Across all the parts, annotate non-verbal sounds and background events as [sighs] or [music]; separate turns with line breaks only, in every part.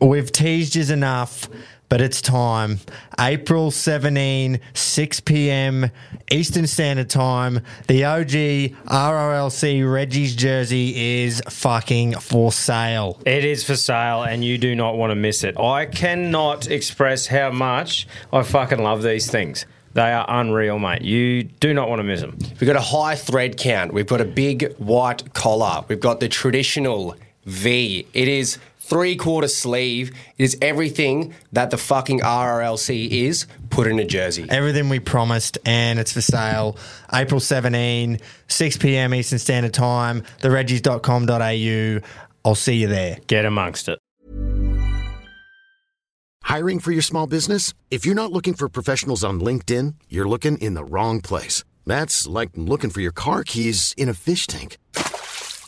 We've teased you enough, but it's time. April 17, 6 p.m. Eastern Standard Time. The OG RRLC Reggie's jersey is fucking for sale.
It is for sale, and you do not want to miss it. I cannot express how much I fucking love these things. They are unreal, mate. You do not want to miss them.
We've got a high thread count. We've got a big white collar. We've got the traditional V. It is three quarter sleeve. It is everything that the fucking RRLC is put in a jersey.
Everything we promised, and it's for sale. April 17, 6 p.m. Eastern Standard Time, thereggies.com.au. I'll see you there.
Get amongst it.
Hiring for your small business? If you're not looking for professionals on LinkedIn, you're looking in the wrong place. That's like looking for your car keys in a fish tank.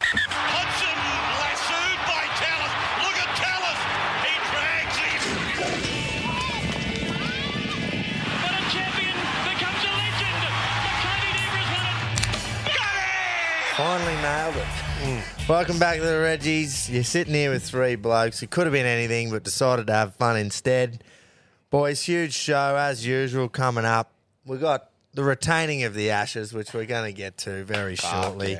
Hudson lassoed by Tallis. Look at Tallis. He drags him. But a champion becomes a legend. Makati Devers won it. Got it!
Finally nailed it. Hmm. Welcome back to the Reggies. You're sitting here with three blokes. It could have been anything, but decided to have fun instead. Boys, huge show as usual coming up. We got the retaining of the Ashes, which we're going to get to very shortly.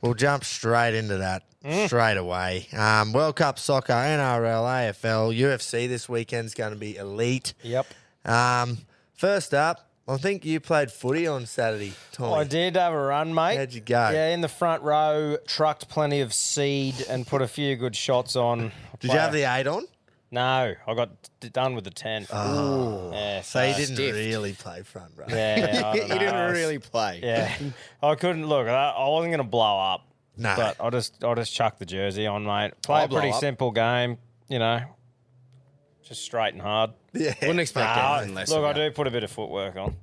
We'll jump straight into that straight away. Um, World Cup soccer, NRL, AFL, UFC this weekend's going to be elite.
Yep.
Um, first up, I think you played footy on Saturday, Tommy.
I did have a run, mate.
How'd you go?
Yeah, in the front row, trucked plenty of seed and put a few good shots on.
Did you have the eight on?
No, I got d- done with the ten. yeah,
Oh. So you didn't
Uh, stiffed.
really play front row.
Yeah, I
you
don't know. I
didn't
was-
really play.
Yeah, I couldn't look. I, I wasn't going to blow up.
[laughs] No.
but I just I just chucked the jersey on, mate. Play
I'll
a pretty
blow up.
simple game, you know, just straight and hard.
[laughs] Yeah.
Wouldn't expect
Ah,
anything less.
look,
of
I
that.
do put a bit of footwork on,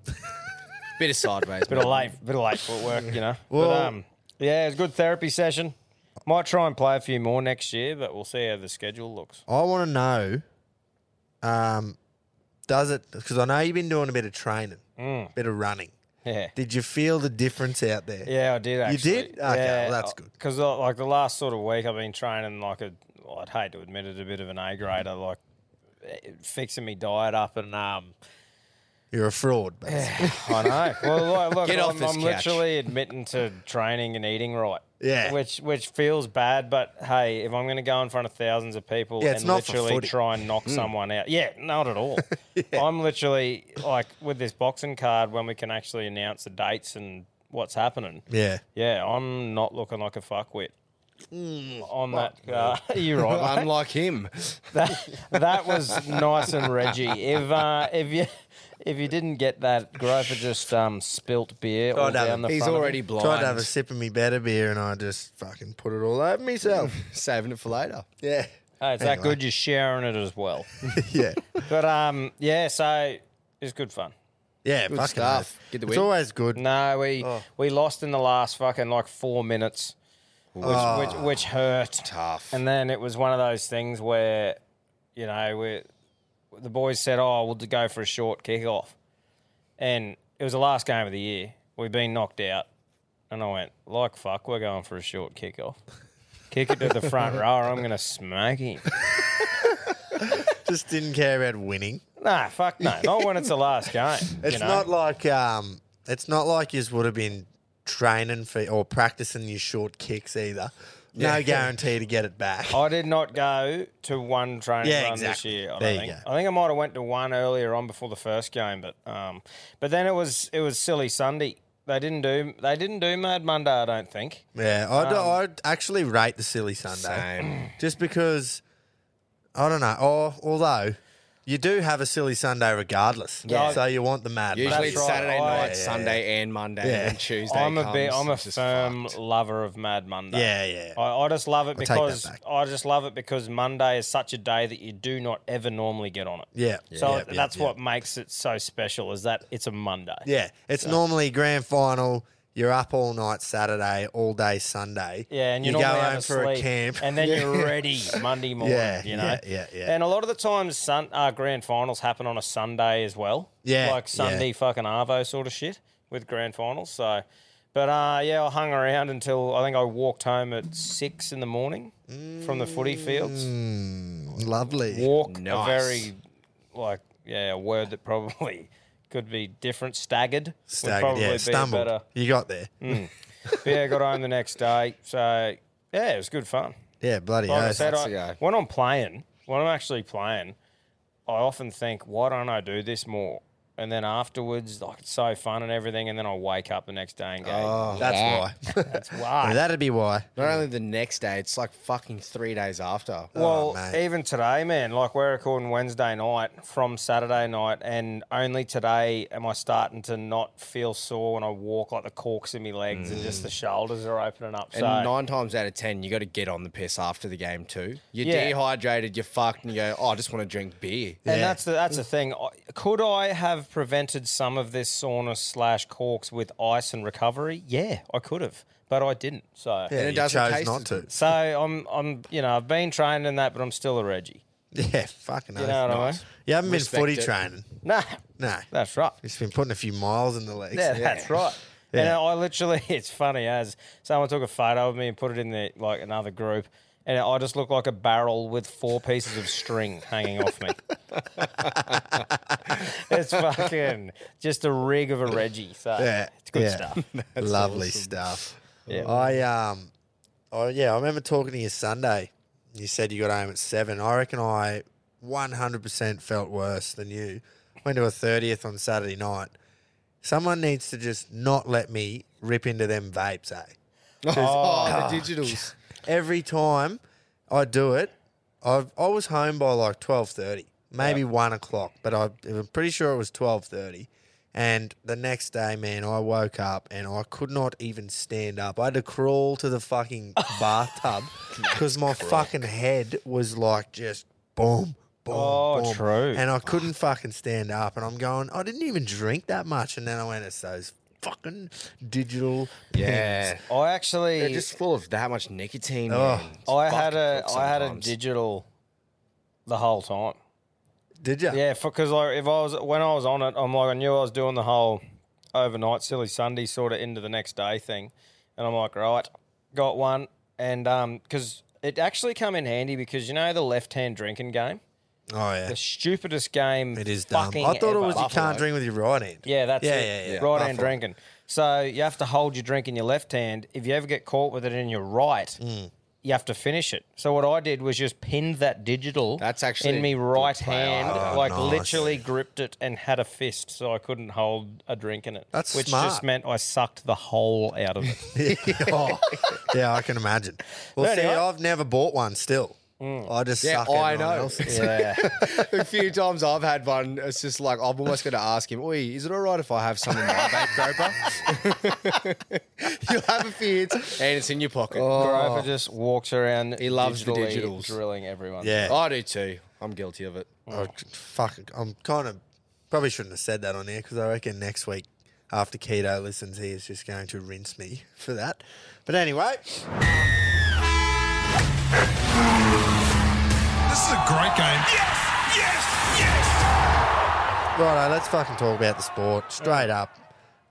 Bit of sideways.
[laughs] bit of late, bit of late footwork, you know.
Well-
but, um, yeah, it's a good therapy session. Might try and play a few more next year, but we'll see how the schedule looks.
I want to know, um, does it? Because I know you've been doing a bit of training,
Mm.
a bit of running.
Yeah.
Did you feel the difference out there?
Yeah, I did. Actually.
did? Okay, well, that's good.
Because uh, like the last sort of week, I've been training like a. I'd hate to admit it, a bit of an A grader, like eh, fixing me diet up and um.
You're a fraud, basically.
I know. Well, like, look,
Get off
I'm,
this
I'm
couch.
literally admitting to training and eating right.
Yeah.
which which feels bad, but hey, if I'm going to go in front of thousands of people
Yeah, it's
and
not for
literally
footy. Hmm.
try and knock someone out, yeah, not at
[laughs]
all. I'm literally like with this boxing card when we can actually announce the dates and what's happening.
[laughs] yeah. Mm,
Yeah, I'm not looking like a fuckwit. On that, uh, [laughs]
[laughs]
you're right. mate.
Unlike him.
That, that was nice and Reggie. If uh, if you if you didn't get that, Grover just um, spilt beer all
God, Adam,
down the
He's
front of
already
him.
blind.
Tried to have a sip of me better beer, and I just fucking put it all over
[laughs]
myself.
Saving it for later. [laughs]
yeah.
Hey, it's that good. You're sharing it as well.
Yeah.
but um, yeah. So it's good fun.
Yeah.
Good
fucking
stuff.
oath.
Get the
it's
win. Mm.
always good.
No, we
Oh.
we lost in the last fucking like four minutes, which
Ah.
which, which hurt.
Tough.
And then it was one of those things where, you know, we the boys said, "Oh, we'll go for a short kick off," and it was the last game of the year. We've been knocked out, and I went like, "Fuck, we're going for a short kick off." Kick it to the
[laughs]
front row, or I'm gonna smack him.
Just didn't care about winning.
Nah, fuck no. Not when it's the last game.
It's
you know?
not like um, it's not like you would have been training for or practicing your short kicks either. No guarantee to get it back.
I did not go to one training
Yeah,
run this
exactly.
year. I
There
don't
you
think.
go.
I think I might have went to one earlier on before the first game, but um, but then it was it was silly Sunday. They didn't do they didn't do Mad Monday. I don't think.
Yeah, I'd,
um,
I'd actually rate the Silly Sunday
Same.
just because I don't know. Or although You do have a silly Sunday regardless.
Yeah.
So you want the mad.
Usually
Monday.
it's
right.
Saturday
I-
night,
yeah,
Sunday, and Monday, and Tuesday.
I'm a bit,
comes,
I'm a
it's just
firm
fucked.
lover of Mad Monday.
Yeah, yeah.
I, I just love it
take that
because
back.
I just love it because Monday is such a day that you do not ever normally get on it.
Yeah.
So
Yeah, yeah,
that's
yeah.
what makes it so special is that it's a Monday.
Yeah. It's normally grand final. You're up all night Saturday, all day Sunday.
Yeah, and you,
you go
normally have
home for
sleep,
a camp.
and then you're ready Monday morning.
Yeah,
you know,
yeah, yeah, yeah.
And a lot of the times, sun, uh, grand finals happen on a Sunday as well.
Yeah,
like Sunday
yeah.
fucking Arvo sort of shit with grand finals. So, but uh, yeah, I hung around until I think I walked home at six in the morning from the footy
[laughs]
fields.
Mm. Lovely.
Walk
Nice.
a very like yeah a word that probably [laughs] could be different. Staggered, would
Staggered.
probably
Yeah.
be a
Stumbled.
better. Mm.
You got there.
But yeah, got home the next day. So yeah, it was good fun.
Yeah. Bloody
Like I
oath.
said,
the guy.
I, when I'm playing, when I'm actually playing, I often think, why don't I do this more? And then afterwards, like it's so fun and everything, and then I wake up the next day and go,
Oh,
Oh.
That's why.
[laughs]
[laughs]
that's why.
That'd be why.
Not only the next day, it's like fucking three days after.
well,
mate.
even today, man, like we're recording Wednesday night from Saturday night, and only today am I starting to not feel sore when I walk, like the corks in my legs and just the shoulders are opening up.
Mm. And
so
nine times out of ten, you got to get on the piss after the game too. You're
Yeah.
dehydrated, you're fucked, and you go, "Oh, I just want to drink beer."
And that's the that's the thing. I- Could I have prevented some of this soreness slash corks with ice and recovery? Yeah, I could have, but I didn't. So,
Yeah,
it
you
doesn't
chose
taste
not
as
to.
so I'm I'm you know I've been trained in that, but I'm still a Reggie.
[laughs] Yeah, fucking
You
oath.
know what I mean?
You haven't been
Respect
footy
it.
training.
Nah,
No.
that's right.
It's been putting a few miles in the legs.
Yeah, that's right. And I literally, [laughs] it's funny as someone took a photo of me and put it in the like another group, and I just look like a barrel with four pieces of string hanging off
[laughs]
me. it's fucking just a rig of a Reggie. So
Yeah,
it's good
yeah. [laughs]
stuff.
Lovely stuff.
Yeah.
I um, oh yeah, I remember talking to you Sunday. You said you got home at seven. I reckon I 100% felt worse than you. Went to a 30th on Saturday night. Someone needs to just not let me rip into them vapes, eh?
Oh, the digitals.
Every time I do it, I've, I was home by like 12.30, maybe 1 o'clock, but I, I'm pretty sure it was 12.30. And the next day, man, I woke up and I could not even stand up. I had to crawl to the
[laughs]
fucking bathtub because my fucking head was like just boom, boom,
Oh,
boom.
true.
And I couldn't fucking stand up. And I'm going, I didn't even drink that much. And then I went, it's those fucking digital pens.
[laughs] Yeah,
I actually,
they're just full of that much nicotine.
Oh.
man. It's
I had
fucking
a,
cooked
I had a
sometimes.
digital the whole time.
Did you?
Yeah, because like if I was when I was on it, I'm like I knew I was doing the whole overnight silly Sunday sort of into the next day thing, and I'm like, right, got one, and um, because it actually come in handy because you know the left hand drinking game,
Oh, yeah.
the stupidest game.
It is dumb.
fucking
I thought it
ever.
was you can't drink with your right hand.
Yeah, that's
yeah,
it.
Yeah, yeah,
Right hand drinking. So you have to hold your drink in your left hand. If you ever get caught with it in your right,
Hmm.
you have to finish it. So what I did was just pinned that digital
That's actually
in me
a good
right
play.
hand,
Oh,
like
nice.
literally gripped it and had a fist so I couldn't hold a drink in it.
That's
which just
smart.
meant I sucked the whole out of
[laughs]
it.
Oh, yeah, I can imagine. Well, see,
anyway. Mm.
I've never bought one still. I just
Yeah,
suck
I
everyone
know. [laughs]
else's.
yeah.
a few times I've had one. It's just like I'm almost going to ask him, "Oi, is it all right if I have some in my vape groper?" You'll have a few hits, and it's in your pocket.
[laughs]
Oh.
Grover just walks around.
He loves the
digitally
digitals.
drilling everyone.
Yeah.
I do too. I'm guilty of it.
[laughs] Oh, c- fuck. I'm kind of probably shouldn't have said that on here because I reckon next week after keto listens, he is just going to rinse me [laughs] for that. But anyway,
This is a great game.
righto, let's fucking talk about the sport straight
Mm.
up.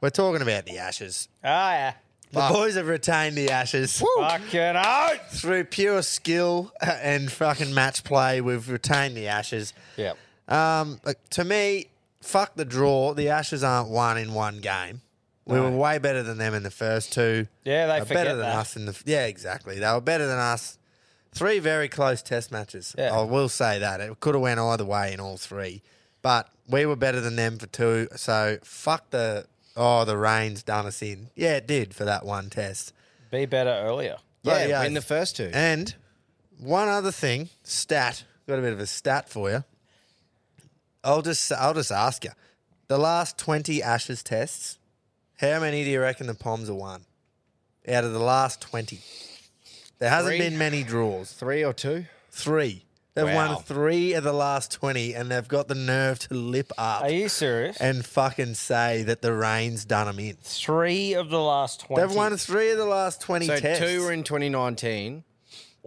We're talking about the Ashes.
Oh yeah.
The boys have retained the Ashes.
Fucking out.
Through pure skill [laughs] and fucking match play, we've retained the Ashes.
Yeah.
Um, like, to me, fuck the draw. The Ashes aren't one in one game. We were way better than them in the first two.
Yeah, they
They're
forget
better than
that.
us in the yeah, exactly. They were better than us. Three very close Test matches.
Yeah.
I will say that it could have went either way in all three, but we were better than them for two. So fuck the oh the rain's done us in. Yeah, it did for that one Test.
Be better earlier.
Yeah,
Bloody
in the
oath.
first two.
And one other thing, stat. Got a bit of a stat for you. I'll just I'll just ask you. The last twenty Ashes tests, how many do you reckon the Poms have won? Out of the last twenty, there hasn't
Three?
been many draws.
Three or two?
Three. They've
Wow.
won three of the last twenty, and they've got the nerve to lip up
Are you serious?
and fucking say that the rain's done them in.
Three of the last 20.
They've won three of the last twenty
So
tests.
two were in 2019,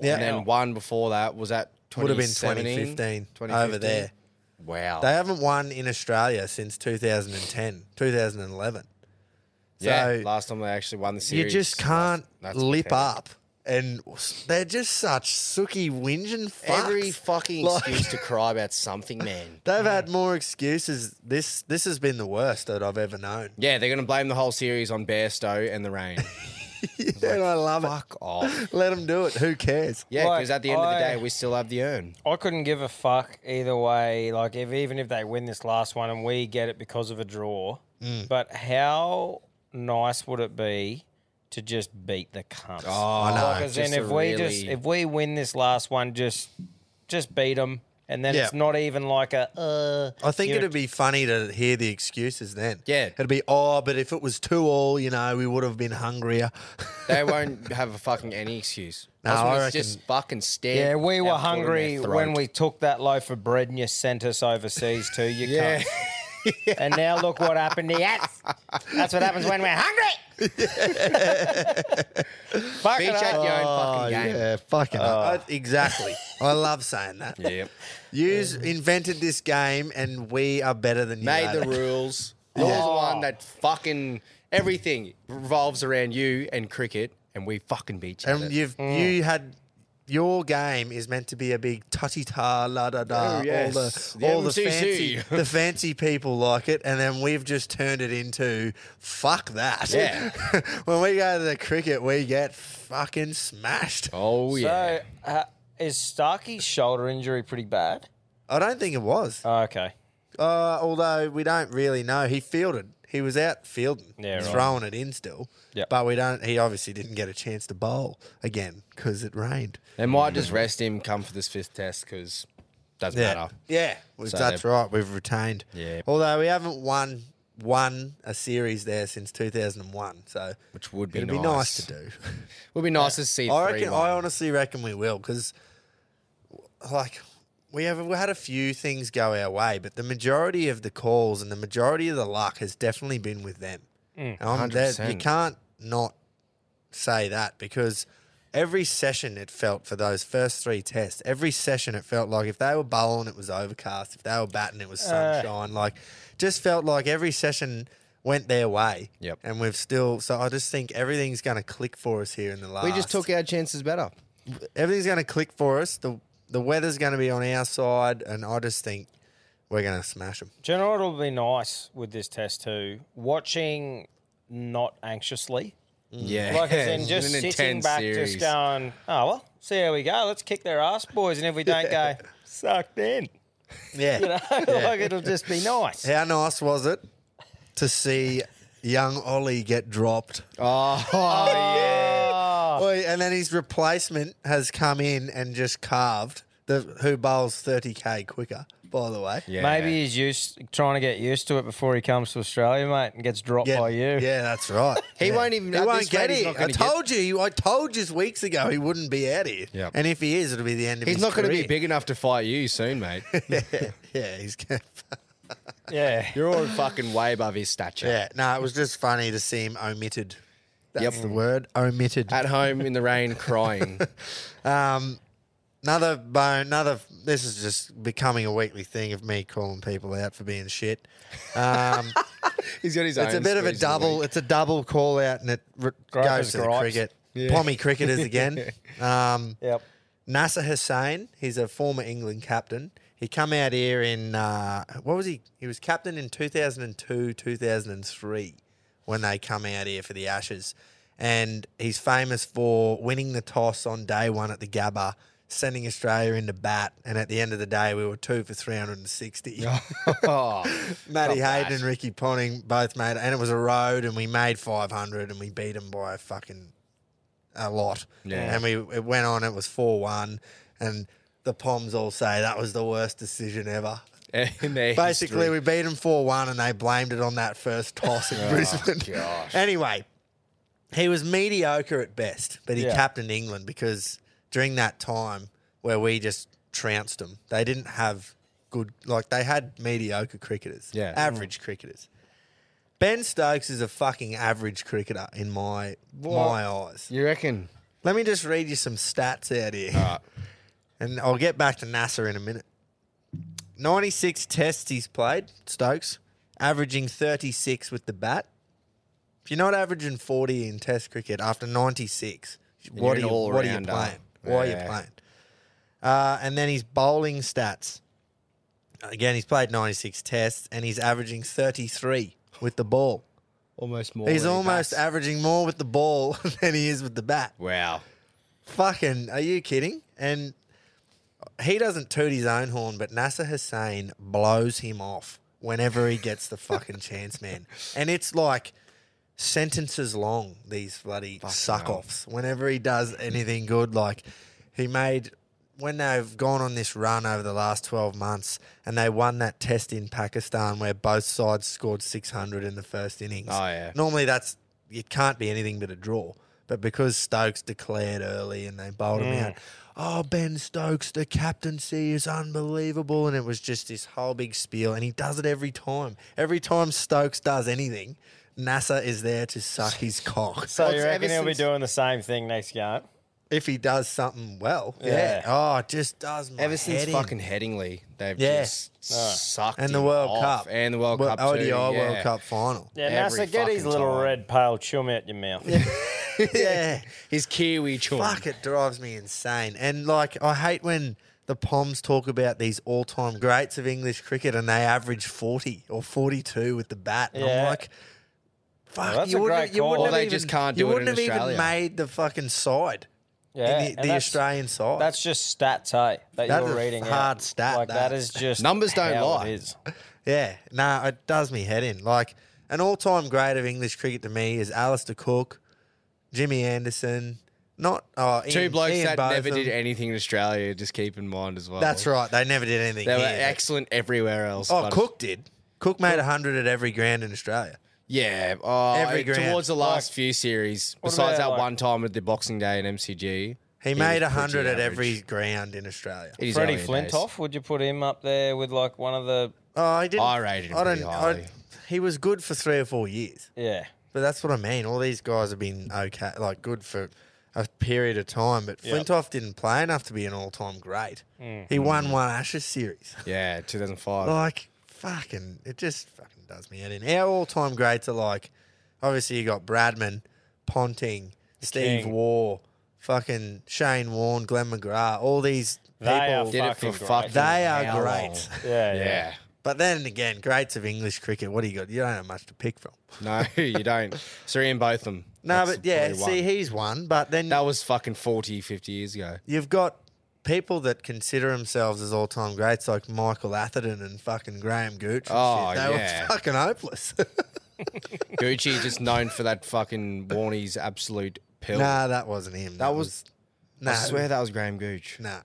yeah,
and then one before that was at
would have been
2017,
2015 over
2015?
there.
Wow.
They haven't won in Australia since 2010, 2011.
yeah,
so-
last time they actually won the
You
series.
just can't
That's
lip
pathetic.
up. And s- they're just such sooky whinging fucks.
Every fucking
Like-
excuse to cry about something,
[laughs]
man.
They've had more excuses. This this has been the worst that I've ever
[laughs]
known.
Yeah, they're gonna blame the whole series on Bairstow and
[laughs]
the rain.
and I love
Fuck off.
it. [laughs] Let them do it. Who cares?
Yeah, because
Like,
at the end of the
I-
day, we still have the urn.
I couldn't give a fuck either way. Like, if even if they win this last one and we get it because of a draw,
Mm.
but how nice would it be to just beat the cunts?
Oh, I know.
Because then if we just if we win this last one, just just beat them, and then it's
Yeah.
not even like a uh.
I think
you're-
it'd be funny to hear the excuses then.
Yeah.
It'd be, oh, but if it was two all, you know, we would have been hungrier.
they won't have a fucking any
[laughs]
excuse.
No,
That's when
I
it's just
reckon-
fucking stare.
Yeah, we were
our foot in their
hungry when
throat.
we took that loaf of bread and you sent us overseas too. You
[laughs] Yeah.
cunt. And now look what happened to us. That's what happens when we're hungry. Fuck
Bitch
it up.
at your own fucking game.
Oh, yeah, fucking Oh. I- Exactly. I love saying that.
Yep.
Yous invented this game, and we are better than you. at
Made the
it. [laughs] Oh.
rules. You're the one that fucking everything revolves around you and cricket, and we fucking beat you. at
And
it.
you've you had your game is meant to be a big tutty ta la da
Oh,
da.
yes.
All the,
The
all the
MCC.
fancy the fancy people like it, and then we've just turned it into fuck that.
Yeah.
[laughs] when we go to the cricket, we get fucking smashed.
Oh yeah.
So, uh, is Starkey's shoulder injury pretty bad?
I don't think it was.
Oh, Okay.
Uh, although we don't really know, he fielded. He was out fielding,
Yeah, right.
throwing it in still.
Yep.
But we don't. He obviously didn't get a chance to bowl again because it rained.
they might just rest him. Come for this fifth test because doesn't matter.
Yeah, we
So
that's
they've-
right. We've retained.
Yeah.
Although we haven't won won a series there since 2001, so
Which would be
it'd be nice
nice.
to do.
Would be nice to see.
I
three
reckon.
one.
I honestly reckon we will because, like, we have we had a few things go our way, but the majority of the calls and the majority of the luck has definitely been with them. And I'm- that- You
100%.
can't not say that because every session it felt for those first three tests, every session it felt like if they were bowling, it was overcast. If they were batting, it was sunshine. like, just felt like every session. Went their way,
Yep.
and we've still. So I just think everything's going to click for us here in the last.
we just took our chances better.
everything's going to click for us. The the weather's going to be on our side, and I just think we're going to smash them.
Do you know what will be nice with this test too? Watching not anxiously.
Mm.
Yeah.
Like
[laughs]
as in
It's
just
an
sitting
intense
back,
series.
just going, oh well, see how we go. Let's kick their ass, boys. And if we don't go, sucked in.
Yeah.
You know, [laughs] like it'll just be nice.
How nice was it to see young Ollie get dropped?
Oh, [laughs] yeah.
Oh.
Oi, and then his replacement has come in and just carved the who bowls thirty k quicker. By the way,
yeah.
Maybe he's used trying to get used to it before he comes to Australia, mate, and gets dropped
Yeah,
by you.
yeah, that's right.
[laughs] He
Yeah.
won't even-
He
at
won't
this
get
rate, he's
it.
not
I
gonna get-
told you. I told you weeks ago he wouldn't be out here.
Yep.
And if he is, it'll be the end of
He's
his
not going to be
career.
big enough to fight you soon, mate.
[laughs] Yeah, he's going.
Yeah.
You're
[laughs]
all fucking way above his stature.
Yeah, no, it was just funny to see him omitted. That's
Yep. Uh,
the word, omitted.
At home in the rain, crying.
[laughs] Another bone, another. This is just becoming a weekly thing of me calling people out for being shit.
He's got his own.
It's a bit of a
squeeze the
double.
week.
It's a double call out, and it re-
Gripers,
goes to the
gripes.
cricket. Pommy
[laughs]
cricketers again. um,
Yep.
Nasser Hussain, he's a former England captain. He come out here in uh, what was he? He was captain in 2002, 2003 when they come out here for the Ashes. And he's famous for winning the toss on day one at the Gabba, sending Australia into bat. And at the end of the day, we were two for 360.
Oh,
Matty Hayden and Ricky Ponting both made, and it was a road, and we made 500, and we beat them by a fucking a lot.
Yeah.
And we it went on. It was four one, and the Poms all say that was the worst decision ever.
in their
Basically,
history.
we beat them 4 1 and they blamed it on that first toss in Brisbane.
gosh.
Anyway, he was mediocre at best, but he
Yeah.
captained England because during that time where we just trounced them, they didn't have good, like, they had mediocre cricketers,
Yeah.
average cricketers. Ben Stokes is a fucking average cricketer in my my eyes.
you reckon?
Let me just read you some stats out here. And I'll get back to NASA in a minute. 96 tests he's played, Stokes, averaging 36 with the bat. If you're not averaging 40 in test cricket after 96, what are,
an
you, what are you playing?
all-rounder.
Why are you
Yeah.
playing? Uh, and then his bowling stats. Again, he's played 96 tests and he's averaging 33 with the ball.
Almost more.
He's
than he
almost
bats.
averaging more with the ball [laughs] than he is with the bat.
wow.
Fucking, are you kidding? And he doesn't toot his own horn, but Nasser Hussain blows him off whenever he gets
[laughs]
the fucking chance, man. And it's like sentences long, these bloody suck offs. Whenever he does anything good, like he made. When they've gone on this run over the last 12 months and they won that test in Pakistan where both sides scored 600 in the first innings.
Oh, yeah.
Normally that's it can't be anything but a draw. But because Stokes declared early and they bowled him
Mm.
out, oh Ben Stokes, the captaincy is unbelievable, and it was just this whole big spiel, and he does it every time. Every time Stokes does anything, NASA is there to suck
[laughs]
his cock.
So
Well,
you
it's
reckon
ever
he'll be
since-
doing the same thing next game?
If he does something well, yeah,
Yeah.
oh, it just does. My
Ever since
head in.
fucking Headingley, they've
Yeah.
just sucked
and the
him
World
off.
Cup
and the World
Well,
Cup, too,
ODI World
yeah.
Cup final.
Yeah,
Every
NASA, get his
fucking
little
time.
red pale chum out your
[laughs]
mouth.
[laughs]
yeah.
His Kiwi chum.
Fuck, it drives me insane. And like, I hate when the Poms talk about these all-time greats of English cricket, and they average forty or forty-two with the bat. And I'm
Yeah.
like, fuck,
that's
you
a
wouldn't,
great
you
call.
wouldn't
Or
have
they
even,
just can't
you
do it
wouldn't
in
have
Australia.
even made the fucking side,
Yeah,
in
and
the, the
that's-
Australian side.
That's just stats, hey, that
That's a
you're reading.
hard
out.
stat,
Like
that.
that is just
Numbers don't
how
lie.
It is.
Yeah, nah, it does me head in. Like an all-time great of English cricket to me is Alistair Cook, Jimmy Anderson. Not oh,
Two
Ian-
blokes
Ian
that never
Botham.
did anything in Australia, just keep in mind as well.
That's right. They never did anything.
They were
here, but-
excellent everywhere else.
Oh,
but-
Cook did. Cook made a hundred at every grand in Australia.
Yeah. Oh,
Every
it-
grand.
Towards the last few series, besides
about,
that
like-
one time at the Boxing Day in MCG.
He,
was
made a
pretty
hundred at
average.
every ground in Australia.
In his
Freddie
earlier days.
Flintoff, would you put him up there with like one of the?
Oh, I didn't.
I rated him pretty highly.
he was good for three or four years,
Yeah,
but that's what I mean. All these guys have been okay, like good for a period of time. But
Yep.
Flintoff didn't play enough to be an all-time great.
Mm.
He won one Ashes series.
Yeah, 2005.
Like fucking, it just fucking does me in. Our all-time greats are like, obviously you got Bradman, Ponting, Steve
King.
Waugh, fucking Shane Warne, Glenn McGrath. All these
They are
people,
Did it for
Fucking great.
fucking
they
how
are
long?
great. [laughs]
yeah, yeah.
Yeah.
But then again, greats of English cricket. What do you got? You don't have much to pick from.
No, [laughs] you don't. Sir Ian Botham.
No,
That's
but yeah,
probably one.
see, he's one. But then
That was fucking 40, 50 years ago.
you've got people that consider themselves as all-time greats, like Michael Atherton and fucking Graham Gooch. and
Oh,
shit. they
yeah.
were fucking hopeless. [laughs]
Gucci just known for that fucking Warnie's absolute pill.
nah, that wasn't him. That, was, nah.
I swear that was Graham Gooch.
nah.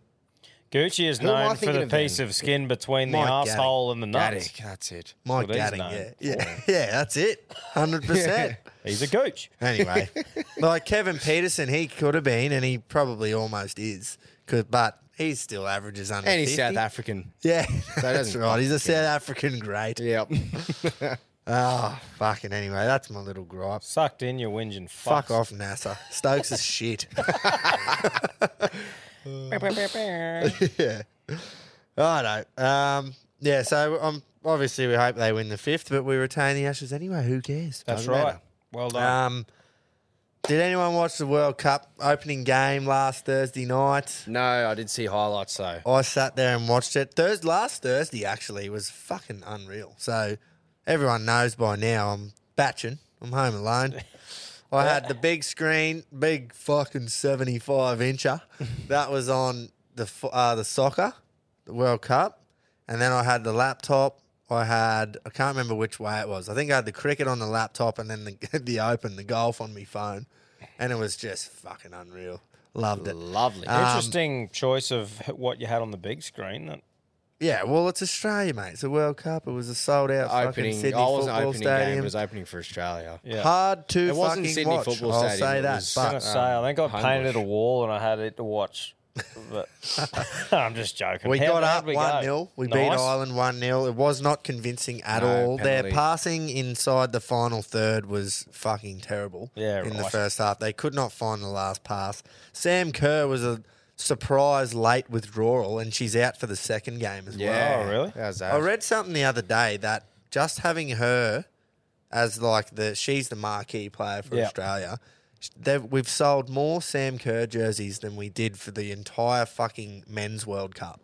Gucci is
Who am I
known for
thinking
the
of then?
piece of skin between the
Mike
asshole and the nuts.
Attic, that's it.
Mike
Well, he's
Gadding, yeah,
known
yeah, [laughs] yeah, that's it,
[laughs]
hundred percent.
He's a gooch.
Anyway, like Kevin Peterson, he could have been, and he probably almost is, 'cause- but he still averages under.
And he's
50.
South African.
Yeah, that's
doesn't
[laughs] right. He's a South African great.
Yep. [laughs]
Oh, fucking anyway, that's my little gripe.
Sucked in your whinging.
Fuck off, NASA. Stokes is shit. [laughs]
fucks.
Righto. Um, yeah, so um, obviously we hope they win the fifth, but we retain the Ashes anyway. Who cares?
That's
Doesn't
right.
matter.
Well done.
Um, did anyone watch the World Cup opening game last Thursday night?
no, I did see highlights though.
I sat there and watched it. Thurs last Thursday actually was fucking unreal. So everyone knows by now I'm batching. I'm home alone. I had the big screen, big fucking 75 incher. That was on the f- uh, the soccer, the World Cup, and then I had the laptop. I had I can't remember which way it was. I think I had the cricket on the laptop and then the [laughs] the Open, the golf on my phone, and it was just fucking unreal. Loved it.
Lovely.
Ah,
Interesting choice of what you had on the big screen. That
Yeah, well, it's Australia, mate. It's a World Cup. It was a sold out fucking
Opening,
Sydney
I wasn't
football
opening game. It
stadium.
was opening for Australia.
Yeah.
Hard to
It wasn't
fucking
Sydney
watch.
football
I'll
stadium,
say
it
that.
was- uh,
I
but
was gonna say, I think I
Homebush.
painted a wall and I had it to watch.
[laughs]
But [laughs] I'm just joking.
We
How
got
bad
up
we
1
go?
0. We beat
Nice.
Ireland 1 0. It was not convincing at
No,
all. Their
penalty.
passing inside the final third was fucking terrible
Yeah,
in the
right.
first half. They could not find the last pass. Sam Kerr was a surprise late withdrawal, and she's out for the second game as
Yeah.
Oh, really?
How's that?
well. I read something the other day that just having her as like the she's the marquee player for
Yeah.
Australia. They've, we've sold more Sam Kerr jerseys than we did for the entire fucking men's World Cup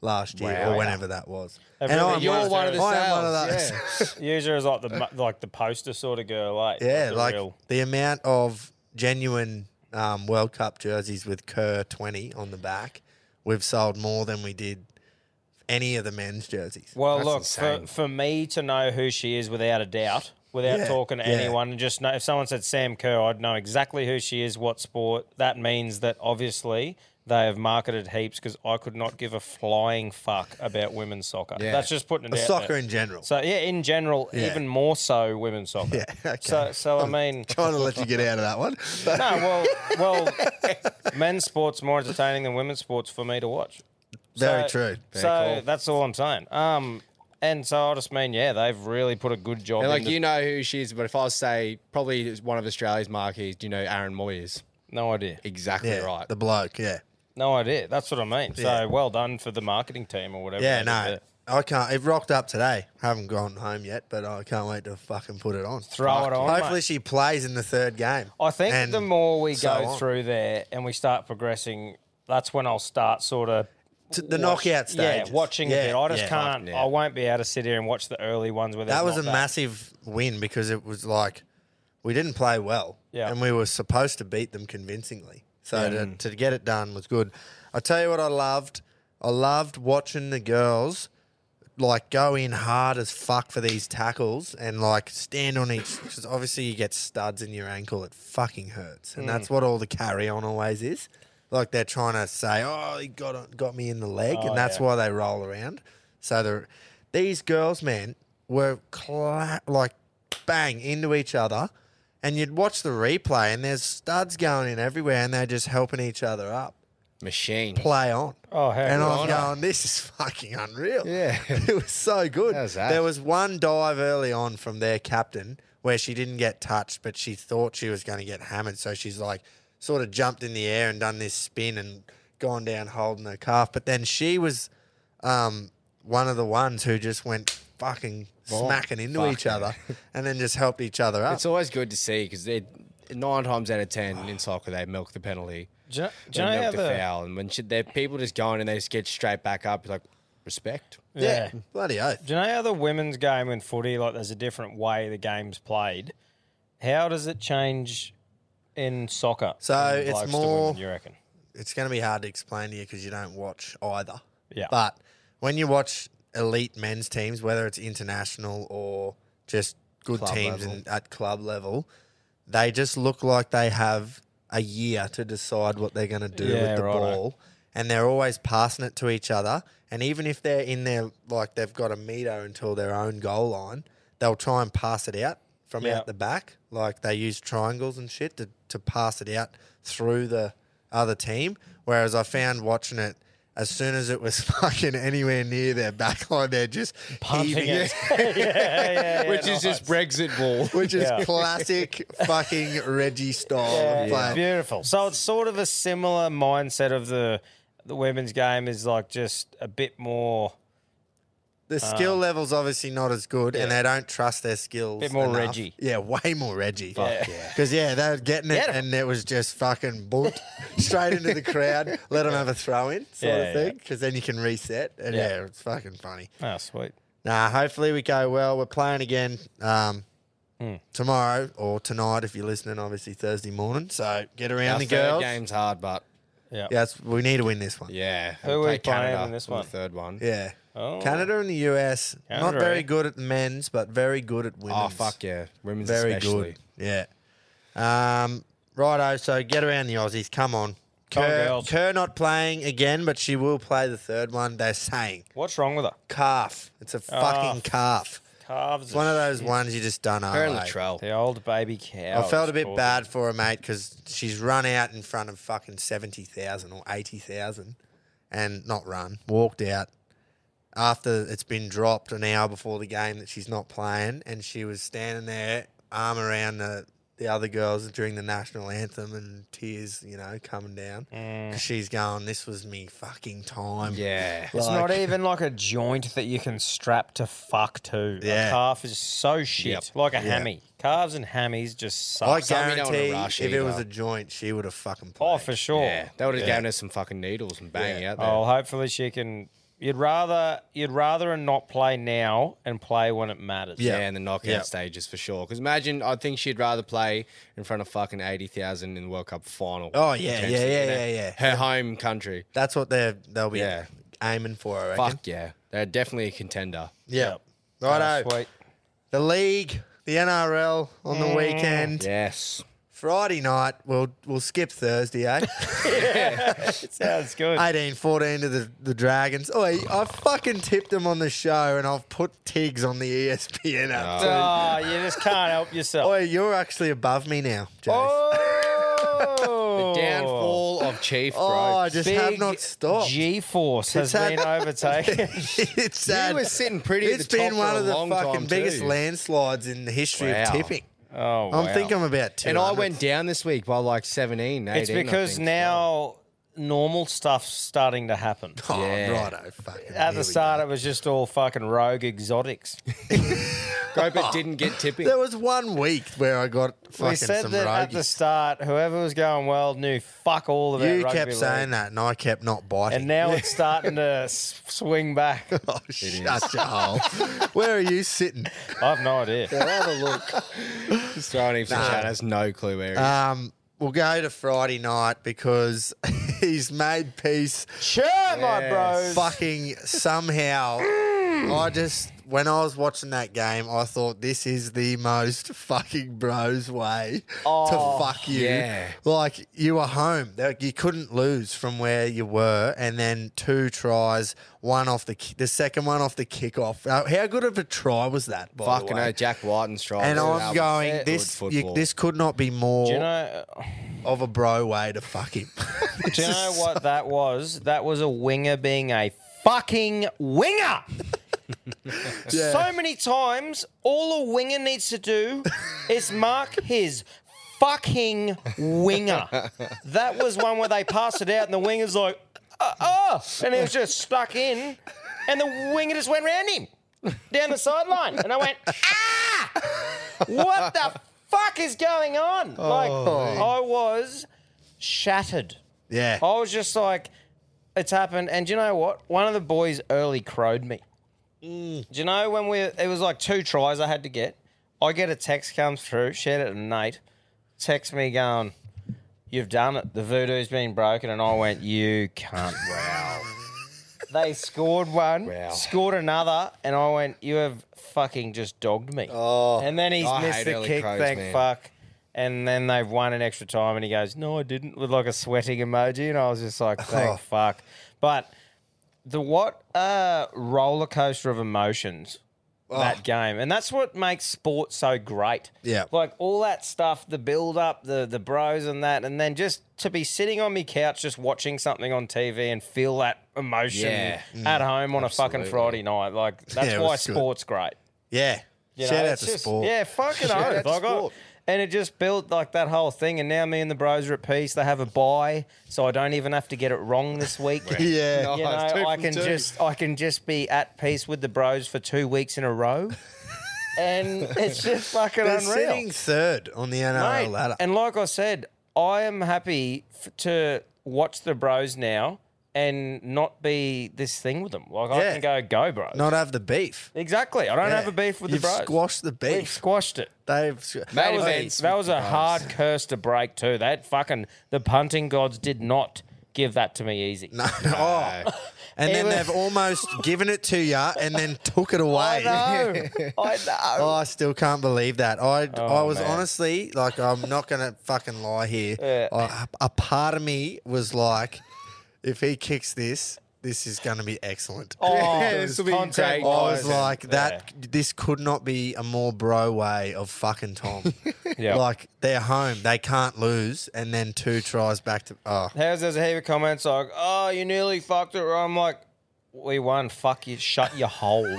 last year
Wow.
or whenever that was.
Every-
I'm
You're one of the
I am one of
sales,
those. [laughs]
yeah.
User is like the mo- like the poster sort of girl, eh? like
Yeah,
the
like
real-
the amount of genuine um, World Cup jerseys with Kerr 20 on the back, we've sold more than we did any of the men's jerseys.
Well,
That's
look
insane.
for, for me to know who she is without a doubt, without
Yeah,
talking to
yeah.
anyone, and just know if someone said Sam Kerr, I'd know exactly who she is, what sport. That means that obviously they have marketed heaps because I could not give a flying fuck about women's soccer.
Yeah.
That's just putting it out
Soccer
there.
in general.
So yeah, in general,
Yeah.
even more
[laughs]
so women's soccer.
Yeah, okay.
So so I
[laughs]
mean,
Trying to let you get out of
[laughs]
that one.
no, well, well, [laughs] men's sports more entertaining than women's sports for me to watch.
Very
So-
true.
so that's all I'm saying. Um, and so I just mean, yeah, they've really put a good job.
And
in
like
the-
you know who she is, but if I was to say probably one of Australia's marquees, do you know Aaron Moyers?
no idea,
Exactly
Yeah,
right.
The bloke, yeah.
no idea. That's what I mean.
Yeah.
So well done for the marketing team or whatever.
Yeah,
they did
no.
there.
I can't. It rocked up today. haven't gone home yet, but I can't wait to fucking put it on.
Throw it on.
Hopefully
mate.
she plays in the third game.
I think
And
the more we
so
go
on.
through there and we start progressing, that's when I'll start sort of
T- the knockout
Yeah,
stage.
watching a bit. I just can't.
yeah.
I won't be able to sit here and watch the early ones where
That
there's
was a
not
massive win because it was like we didn't play well,
Yeah. Mm.
and we were supposed to beat them convincingly. So to, to get it done was good. I tell you what, I loved. I loved watching the girls like go in hard as fuck for these tackles and like stand on each because obviously you get studs in your ankle, it fucking hurts, and
Hmm.
that's what all the carry on always is. Like they're trying to say, "Oh, he got got me in the leg,"
Oh,
and that's
yeah.
why they roll around. So they're, these girls, man, were cla- like bang into each other, and you'd watch the replay, and there's studs going in everywhere, and they're just helping each other up.
Machine.
Play on.
Oh, hey,
And
good
I'm
on
going, this is fucking unreal.
Yeah.
[laughs] it was so good.
How's that?
There was one dive early on from their captain where she didn't get touched, but she thought she was going to get hammered. So she's like, sort of jumped in the air and done this spin and gone down holding her calf. But then she was um, one of the ones who just went fucking smacking into each
fucking.
other and then just helped each other
[laughs]
up.
It's always good to see because they nine times out of ten
[sighs]
in soccer they milk the penalty,
Do you, do
they
you know how
milk the
the-
foul, and when shit, their people just going and they just get straight back up, it's like respect.
yeah.
Bloody oath.
Do you know how the women's game in footy, like there's a different way the game's played? How does it change in soccer?
So
from
it's
blokes to
more-
women, you reckon?
It's going to be hard to explain to you because you don't watch either.
Yeah.
But when you watch elite men's teams, whether it's international or just good
Club
teams
level.
and at club level, they just look like they have a year to decide what they're going to do
Yeah,
with the
righto.
ball. And they're always passing it to each other. And even if they're in there, like they've got a meter until their own goal line, they'll try and pass it out from
Yeah.
out the back. Like they use triangles and shit to, to pass it out through the other team. Whereas I found watching it, as soon as it was [laughs] fucking anywhere near their back line, they're just
Pumping
heaving
it. yeah, yeah, yeah,
Which is
nice.
just Brexit ball.
[laughs] Which is
Yeah.
classic fucking Reggie style of
Yeah,
play.
beautiful. So it's sort of a similar mindset of the the women's game is like just a bit more,
The
Um,
skill level's obviously not as good, and they don't trust their skills.
Bit more
enough.
Reggie.
Yeah, way more Reggie.
Fuck
yeah. Because, yeah, they were getting it,
Yeah.
and it was just fucking
[laughs]
boot straight into the crowd, let them have a throw in sort
Yeah,
of
yeah.
thing, because then you can reset. And
Yeah.
yeah. it's fucking funny.
oh, sweet.
Nah, hopefully we go well. We're playing again um,
Hmm.
tomorrow or tonight if you're listening, obviously Thursday morning. So get around
Our
the
third
girls.
game's hard, but
Yeah.
Yeah, it's, we need to win this one.
yeah.
Who are we playing in this
on the
one?
third one.
Yeah.
Oh.
Canada and the US, not
Canada, eh?
very good at men's, but very good at women's.
Oh fuck yeah, women's
Very
especially.
good. Yeah. Um, righto. So get around the Aussies. Come on. Kerr,
girls.
Kerr not playing again, but she will play the third one. They're saying
What's wrong with her?
calf. It's a fucking calf.
Calves.
It's one of those ones you just don't know.
Her in the
eh?
trail.
Oh. The old baby cow.
Oh,
I felt a bit
Corby.
bad for her, mate, because she's run out in front of fucking 70,000 or 80,000 and not run, walked out after it's been dropped an hour before the game that she's not playing. And she was standing there, arm around the, the other girls during the national anthem and tears, you know, coming down. 'Cause She's going, This was me fucking time.
Mm. Yeah.
It's
Like-
not even like a joint that you can strap to fuck to.
Yeah.
A calf is so shit.
Yep.
Like a hammy. Calves and hammies just
I
suck.
Some you don't wanna
guarantee
rush
if it was
either.
a joint, she would have fucking played.
Oh, for sure.
Yeah. They would have given us some fucking needles and bang out there.
Oh, hopefully she can. You'd rather you'd rather her not play now and play when it matters.
Yeah, in the knockout
Yeah.
stages for sure. Because imagine, I think she'd rather play in front of fucking eighty thousand in the World Cup final.
Oh, yeah, yeah,
potentially,
yeah,
you know?
yeah, yeah.
Her home country.
That's what they're, they'll be
Yeah.
aiming for, I reckon.
Fuck yeah, they're definitely a contender.
Yeah.
Oh,
Righto.
sweet.
the league, the NRL on the weekend.
Yes,
Friday night, we'll we'll skip Thursday,
[laughs]
eh?
Sounds good.
18 14 to the, the Dragons. Oh, I fucking tipped them on the show and I've put Tiggs on the E ESPN app. too.
oh, you just can't help yourself. [laughs]
Oh, you're actually above me now, Jase. Oh,
Oh,
downfall of Chief. Bro.
Oh, I just have not stopped.
G force has
It's had- [laughs]
been overtaken.
[laughs] it's sad.
you were sitting pretty.
It's
at the
been
top
one
for
of
a
the
long
fucking
time
biggest
too.
landslides in the history
Wow.
of tipping.
oh,
I'm
wow.
thinking I'm about two.
And I went down this week by like 17, 18,
it's
I
because
think.
now normal stuff's starting to happen.
[laughs] [laughs] Oh,
Yeah.
righto, fucking.
At
here
the
we
start, it was just all fucking rogue exotics.
[laughs]
Gobert didn't get tipping.
There was one week where I got fucking
we said
some
that at
rogue.
the start, whoever was going well knew fuck all about
You
rugby
kept
league.
saying that, and I kept not biting.
And now it's starting to s- swing back.
[laughs] oh, shut your hole. [laughs] Where are you
[laughs]
sitting?
I've no idea.
[laughs] Have a look.
Just throwing him for chat has no clue where he is.
Um, we'll go to Friday night because [laughs] he's made peace.
Sure, my
Yes.
bros.
Fucking somehow, I just when I was watching that game, I thought this is the most fucking bros way
Oh,
to fuck you.
yeah.
Like you were home, Like, you couldn't lose from where you were, and then two tries, one off the ki- the second one off the kickoff. Uh, How good of a try was that? By the
Fucking
way?
hell, Jack White and strikes.
And I'm going.
good
This you,
football.
this could not be more
Do you know?
of a bro way to fuck him.
[laughs] Do you know what that was? That was a winger being a fucking winger. So many times, all a winger needs to do is mark his fucking winger. That was one where they passed it out, and the winger's like, uh, oh, and it was just stuck in, and the winger just went round him down the sideline, and I went, ah, what the fuck is going on? Like, I was shattered.
yeah.
I was just like, it's happened. And do you know what? One of the boys early crowed me. Do you know when we? It was like two tries I had to get. I get a text comes through. Shared it to Nate. Text me going, "You've done it. The voodoo's been broken." And I went, "You can't." Wow. they scored one,
Wow.
scored another, and I went, "You have fucking just dogged me." Oh. And then he's
I
missed
hate
the
early
kick.
crows,
thank
man.
fuck. And then they've won an extra time, and he goes, "No, I didn't," with like a sweating emoji, and I was just like, "Thank fuck." But the what a roller coaster of emotions that game, and that's what makes sport so great.
Yeah.
like all that stuff, the build up, the the bros, and that, and then just to be sitting on my couch just watching something on TV and feel that emotion
Yeah.
at home on a fucking Friday night. Like that's
Yeah, it
why
was good.
sport's great.
yeah.
You
Shout
know,
out
it's
to
just-
sport. [laughs]
Yeah, fucking oath.
to
I got-
sport.
And it just built like that whole thing. And now me and the bros are at peace. They have a buy, so I don't even have to get it wrong
[laughs]
this week.
Yeah.
You know,
Nice, two
I
from
can
two.
just I can just be at peace with the bros for two weeks in
[laughs]
a row, and it's just fucking
They're
unreal.
sitting Oh, third on the NRL
Mate,
ladder.
And like I said, I am happy f- to watch the bros now and not be this thing with them. Like
Yeah.
I can go go bros.
not have the beef.
exactly. I don't
Yeah.
have a beef with
You've
the bros.
Squashed the
We've
beef.
squashed it.
They've squ-
Main
That was, a,
events
that was a
with the
hard
Bros.
curse to break too. That fucking the punting gods did not give that to me easy.
No. Oh. And then
Even-
they've
[laughs]
almost given it to you and then took it [laughs] away.
I know. I know.
Oh, I still can't believe that. I, I
Oh,
was
man.
honestly like, I'm not gonna fucking lie here.
[laughs] Yeah.
I- a part of me was like, if he kicks this, this is gonna be excellent.
Oh,
this will be
content
great.
I
wise.
was like that. This could not be a more bro way of fucking Tom.
[laughs] Yeah.
Like they're home, they can't lose, and then two tries back to. Oh,
There's, there's a heap of comments like, oh, you nearly fucked it. Right? I'm like, we won. Fuck you. Shut your hole.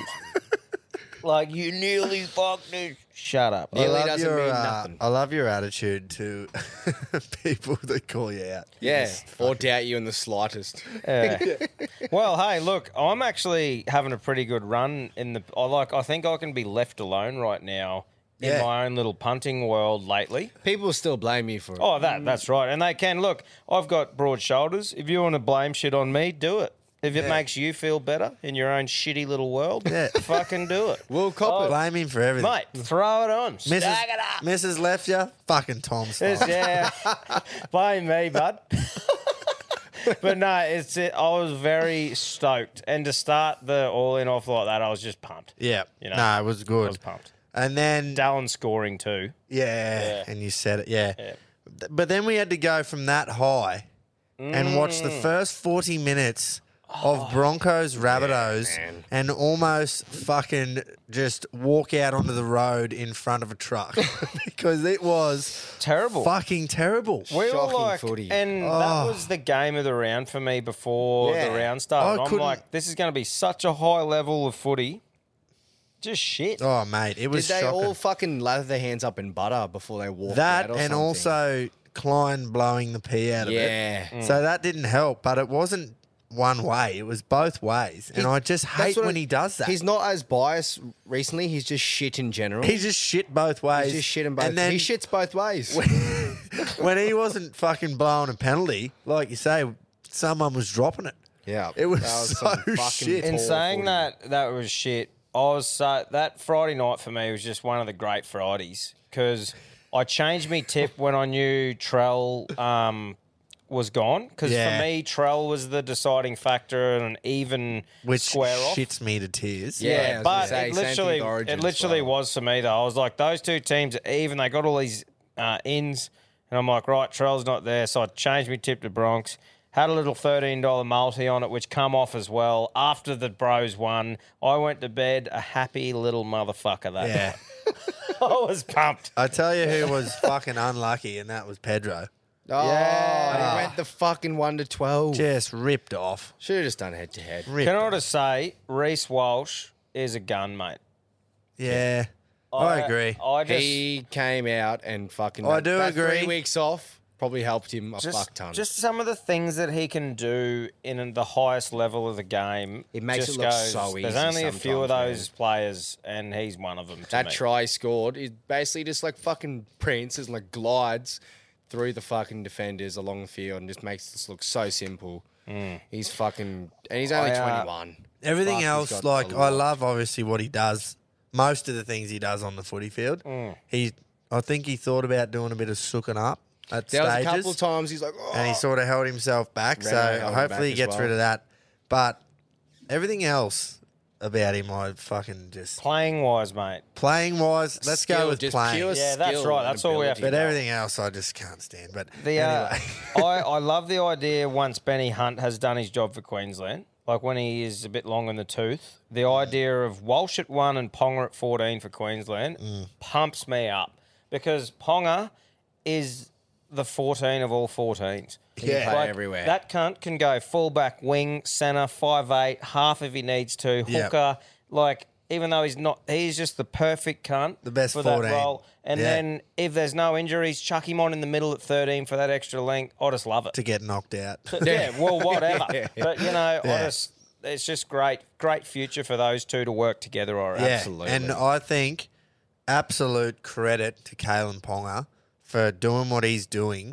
like, you nearly fucked it. Shut up.
I
Nearly
love
doesn't
your,
mean
uh,
nothing.
I love your attitude to [laughs] people that call you out.
Yeah, or doubt you in the
[laughs]
slightest.
Yeah. well, hey, look, I'm actually having a pretty good run in the. I like. I think I can be left alone right now in
Yeah.
my own little punting world lately.
People still blame you for it.
Oh,
Mm.
that that's right, and they can look. I've got broad shoulders. If you want to blame shit on me, do it. If it makes you feel better in your own shitty little world,
Yeah.
[laughs] fucking do it.
We'll cop it.
Blame him for everything.
Mate, throw it on.
Mrs.
Stack it up.
Mrs. left you. Fucking Tom's
[laughs]
[laughs]
It's-
fault.
yeah. Blame me, bud. [laughs] but no, it's it, I was very stoked, and to start the all in off like that, I was just pumped.
Yeah.
You know,
no, it was good.
I was pumped.
And then
Dallin scoring too.
yeah, and you said it. Yeah.
Yeah.
Th- But then we had to go from that high and watch
Mm.
the first 40 minutes
Oh.
of Broncos Rabbitohs and almost fucking just walk out onto the road in front of a
[laughs]
truck because it was
Terrible.
fucking terrible.
We were
Shocking
like,
footy.
and that was the game of the round for me before
Yeah.
the round started.
I
I'm
couldn't-
like, this is going to be such a high level of footy. Just shit.
Oh mate, it was
Did they
shocking.
all fucking lather their hands up in butter before they walked
that
out or
and
something?
also Klein blowing the pee out of it.
yeah. Mm.
So that didn't help, but it wasn't one way. It was both ways. And I just
That's
hate
what
when
I-
he does that.
He's not as biased recently. He's just shit in general.
He's just shit both ways.
He's just shit in both.
And then
he shits both ways.
[laughs] when he wasn't fucking blowing a penalty, like you say, someone was dropping it.
[laughs] yeah,
It was
That
so
some fucking
shit.
In
poor
saying
footy.
that, that was shit. I was so that Friday night for me was just one of the great Fridays because I changed my tip when I knew Trell um, was gone. Because
Yeah.
for me, Trell was the deciding factor in an even
Which
square off.
shits me to tears.
Yeah, I was gonna
but
say,
it
same thing
literally,
with Origin
it
as
literally
well.
was for me though. I was like, those two teams are even. They got all these uh, ins, and I'm like, right, Trell's not there, so I changed my tip to Bronx. Had a little thirteen dollar multi on it, which come off as well after the Bros won. I went to bed a happy little motherfucker. That
Yeah.
night. [laughs] I was pumped.
I tell you who was fucking unlucky, and that was Pedro.
Oh,
Yeah.
he went the fucking one to twelve.
Just ripped off.
Should have just done head to head.
Ripped
Can I
off.
just say, Reese Walsh is a gun, mate.
Yeah. I, agree.
I just
He came out and fucking.
I do
that
agree.
Three weeks off probably helped him a
just,
fuck ton.
just some of the things that he can do in the highest level of the game.
It makes
just
it look so
There's
easy
only a few of
sometimes,
those players, and he's one of them. To
that
me.
try he scored. He basically just like fucking prints and like glides through the fucking defenders along the field and just makes this look so simple.
Mm.
He's fucking and he's only
I, uh,
twenty one.
Everything else, like I love obviously what he does. Most of the things he does on the footy field,
Mm.
he I think he thought about doing a bit of sooking up at
There was a
stages,
couple times he's like, oh.
and he sort of held himself back.
Remo held
so
him
hopefully
back
he
as
gets
well.
rid of that. But everything else about him, I fucking just
playing wise, mate.
playing wise. Let's go
Skill,
with
just
playing,
pure
Yeah, that's
skill
right.
and
That's all we have to
but
do.
ability.
everything else I just can't stand. But
The, uh,
anyway, [laughs]
[laughs] I I love the idea once Benny Hunt has done his job for Queensland. Like when he is a bit long in the tooth, the idea of Walsh at one and Ponga at fourteen for Queensland pumps me up because Ponga is the fourteen of all fourteens.
can
yeah,
play
Like,
everywhere.
That cunt can go fullback, wing, centre, five eight, half if he needs to,
Yeah.
hooker. Like even though he's not, he's just the perfect cunt. The
best
for
14.
that role. And
Yeah.
then if there's no injuries, chuck him on in the middle at thirteen for that extra length. I just love it.
to get
[laughs]
knocked out.
[laughs] yeah.
[laughs]
Well, whatever. But you know, I
Yeah.
just it's just great, great future for those two to work together. Or
Yeah,
Absolutely.
And I think absolute credit to Kalen Ponga for doing what he's doing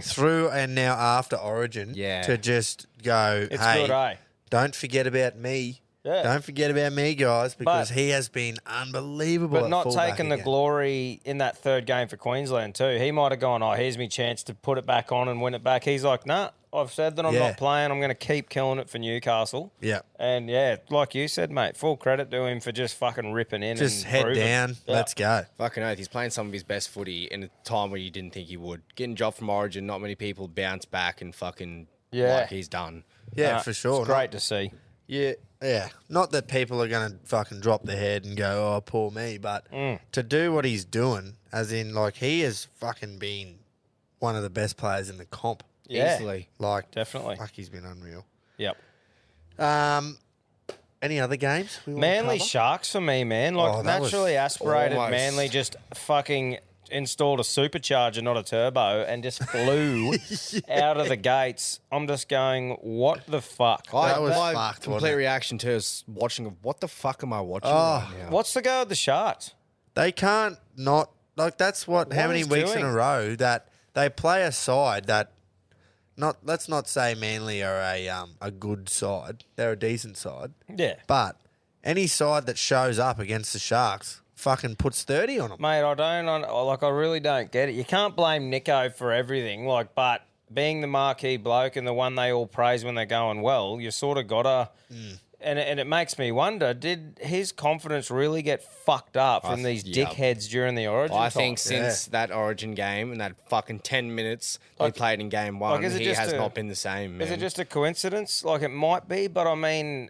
through and now after Origin.
Mm. Yeah.
To just go,
it's
hey,
good, eh?
don't forget about me.
Yeah.
Don't forget about me, guys, because
But-
he has been unbelievable.
But
at
not
fullback
taking the
again.
glory in that third game for Queensland too. He might have gone, "Oh, here's me chance to put it back on and win it back." He's like, "Nah, I've said that I'm
Yeah.
not playing. I'm going to keep killing it for Newcastle.
Yeah.
And yeah, like you said, mate, full credit to him for just fucking ripping in.
Just
and
head
proving.
down.
Yeah.
Let's go.
Fucking oath, he's playing some of his best footy in a time where you didn't think he would. Getting a job from Origin, not many people bounce back and fucking
Yeah.
like he's done.
Yeah,
Uh,
for sure.
It's great to see.
Yeah, yeah. Not that people are going to fucking drop their head and go, "Oh, poor me," but
Mm.
to do what he's doing, as in, like he has fucking been one of the best players in the comp.
Yeah.
Easily.
Like
Definitely.
fuck, he's been unreal.
Yep.
Um, any other games? We wanna
Manly
cover?
Sharks for me, man. Like
Oh, that was
naturally aspirated
almost-
Manly just fucking installed a supercharger, not a turbo, and just
[laughs]
flew out of the gates. I'm just going, what the fuck?
That was
my
fucked, wasn't
complete
it? Oh,
reaction to is watching of what the fuck am I watching right now?
What's the go of the Sharks?
They can't not like that's what, how
What
many
he's
weeks in
doing.
a row that they play a side that not let's not say Manly are a um a good side. They're a decent side.
Yeah.
But any side that shows up against the Sharks fucking puts 30 on them.
Mate, I don't I, like. I really don't get it. You can't blame Nico for everything. Like, but being the marquee bloke and the one they all praise when they're going well, you sort of gotta.
Mm.
And it- and it makes me wonder: Did his confidence really get fucked up from
th-
these
yeah.
dickheads during the Origin?
I
time?
think since that Origin game and that fucking ten minutes
Like-
he played in game one,
like, is it
he
just
has
a-
not been the same.
Is it
man.
just a coincidence? Like it might be, but I mean,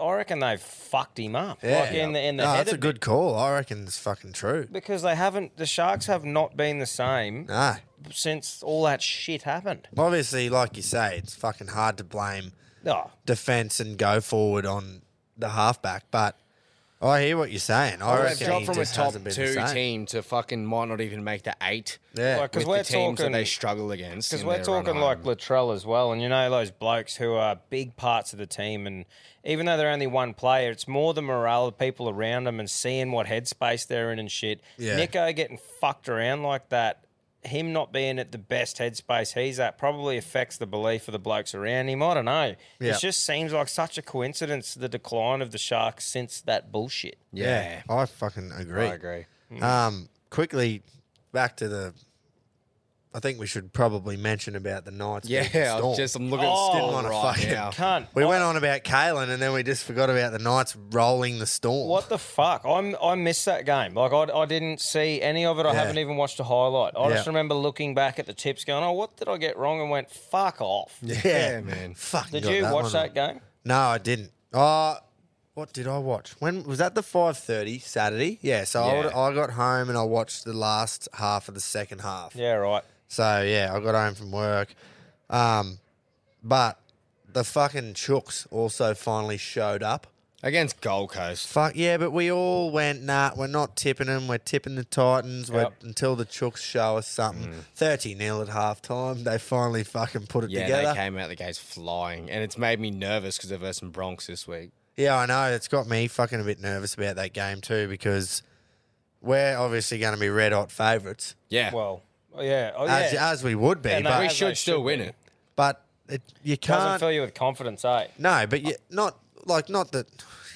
I reckon they fucked him up. Like in the in the
no,
head
that's
a
a
bit,
good call. I reckon it's fucking true.
because they haven't. The Sharks have not been the same
No.
since all that shit happened.
Obviously, like you say, it's fucking hard to blame
Oh,
defence and go forward on the halfback, but I hear what you're saying. I
Or they've
reckon
dropped
he
from a
just
top
hasn't been the
two
same.
team to fucking might not even make the eight.
Yeah.
Like, 'cause
because
we're
the teams
talking-
that they struggle against.
Because
in
we're
their run
talking
home.
like Latrell as well, and you know those blokes who are big parts of the team, and even though they're only one player, it's more the morale of people around them and seeing what headspace they're in and shit.
Yeah.
Nico getting fucked around like that, him not being at the best headspace he's at, probably affects the belief of the blokes around him. I don't know.
Yeah.
It just seems like such a coincidence the decline of the Sharks since that bullshit.
yeah,
I fucking agree.
I agree.
Um, quickly back to the. I think we should probably mention about the Knights. beating
Yeah, I
Storm.
was just I'm looking
Oh,
at
didn't
Storm
wanna
right
fucking-
now.
Can't.
We went on about Kalen and then we just forgot about the Knights rolling the Storm.
What the fuck? I'm, I missed that game. Like, I, I didn't see any of it. I
Yeah.
haven't even watched a highlight. I just
Yeah.
remember looking back at the tips going, oh, what did I get wrong? And went, fuck off.
[laughs] Yeah,
man.
Fuck.
Did you watch that game?
No, I didn't. Uh what did I watch? When was that? The five thirty Saturday. Yeah. So I
Yeah.
would- I, got home and I watched the last half of the second half.
Yeah, right.
So yeah, I got home from work. Um, but the fucking Chooks also finally showed up.
Against Gold Coast.
Fuck yeah, but we all went nah. We're not tipping them. We're tipping the Titans.
Yep.
We're, until the Chooks show us something. Thirty nil at halftime. They finally fucking put it
Mm. Yeah,
together.
they came out the gates flying, and it's made me nervous because they're versus Bronx this week.
Yeah, I know. It's got me fucking a bit nervous about that game too because we're obviously going to be red hot favourites
Yeah, well,
Well, yeah. Oh,
as,
yeah.
as we would be,
And they-
but
we
as they
should still
should
win
be.
it.
but it, you
Doesn't
can't.
fill you with confidence, eh?
no, but you, not like not that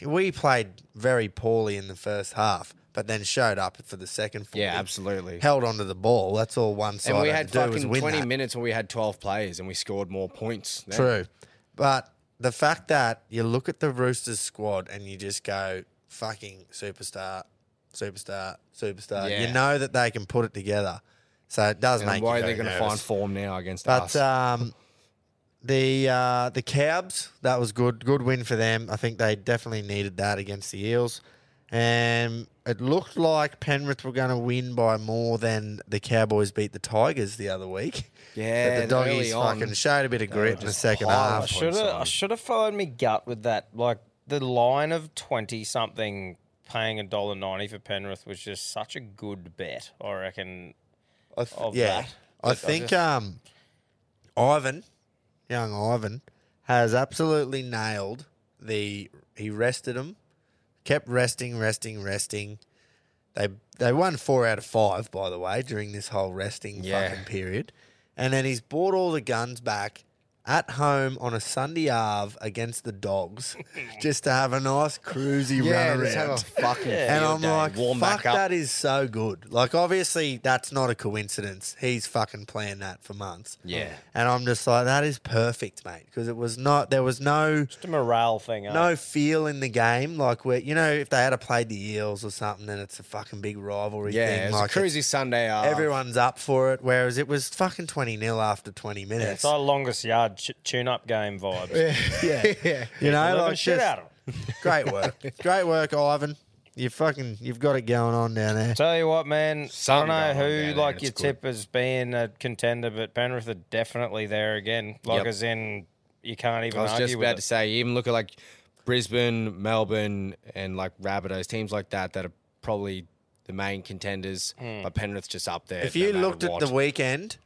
we played very poorly in the first half, but then showed up for the second. 40,
Yeah, absolutely.
Held onto the ball. That's all one side.
And we
had
had
to do was
fucking
win
20
that.
minutes where we had 12 players and we scored more points. than-
True. But the fact that you look at the Roosters squad and you just go, fucking superstar, superstar, superstar.
Yeah.
You know that they can put it together. So it does
And
make
I'm
you
worried
very
they're going to
nervous.
find form now against us.
But
uh,
um, the uh, the Cowbs, that was good. Good win for them. I think they definitely needed that against the Eels. And it looked like Penrith were going to win by more than the Cowboys beat the Tigers the other week.
Yeah,
but the
and early
doggies
on,
fucking showed a bit of grit in the second
I
half.
should have. I should have followed me gut with that. Like the line of twenty something paying a dollar ninety for Penrith was just such a good bet. I reckon.
I th-
of
yeah,
that.
I think um, Ivan, young Ivan, has absolutely nailed the. He rested him, kept resting, resting, resting. They they won four out of five, by the way, during this whole resting
Yeah.
fucking period, and then he's bought all the guns back at home on a Sunday Ave against the Dogs just to have a nice cruisy
Yeah,
run
just have a
around.
[laughs] fucking
And
field
I'm
day.
like,
warm
fuck,
back up.
that is so good. Like, obviously, that's not a coincidence. He's fucking planned that for months.
Yeah.
And I'm just like, that is perfect, mate. Because it was not, there was no
Just a morale thing. eh?
no feel in the game. Like where you know, if they had played the Eels or something, then it's a fucking big rivalry thing.
Yeah, it's
like
a cruisy
[laughs]
Sunday. Uh,
everyone's up for it. Whereas it was fucking twenty 0 after twenty minutes.
It's our longest yard ch- tune-up game vibes. Yeah,
you know, like
shit
just-
out of 'em.
great work, great work, Ivan. You fucking, you've got it going on down there.
Tell you what, man.
Something
I
going on down
don't know
there,
who like
it's
your
good.
tip as being a contender, but Penrith are definitely there again. Like
Yep.
as in, you can't even
I was
argue
just
with
about
it.
to say, you even look at like Brisbane, Melbourne, and like Rabbitohs, teams like that that are probably the main contenders. But Penrith's just up there.
If
no
you
matter
looked at
what.
the weekend,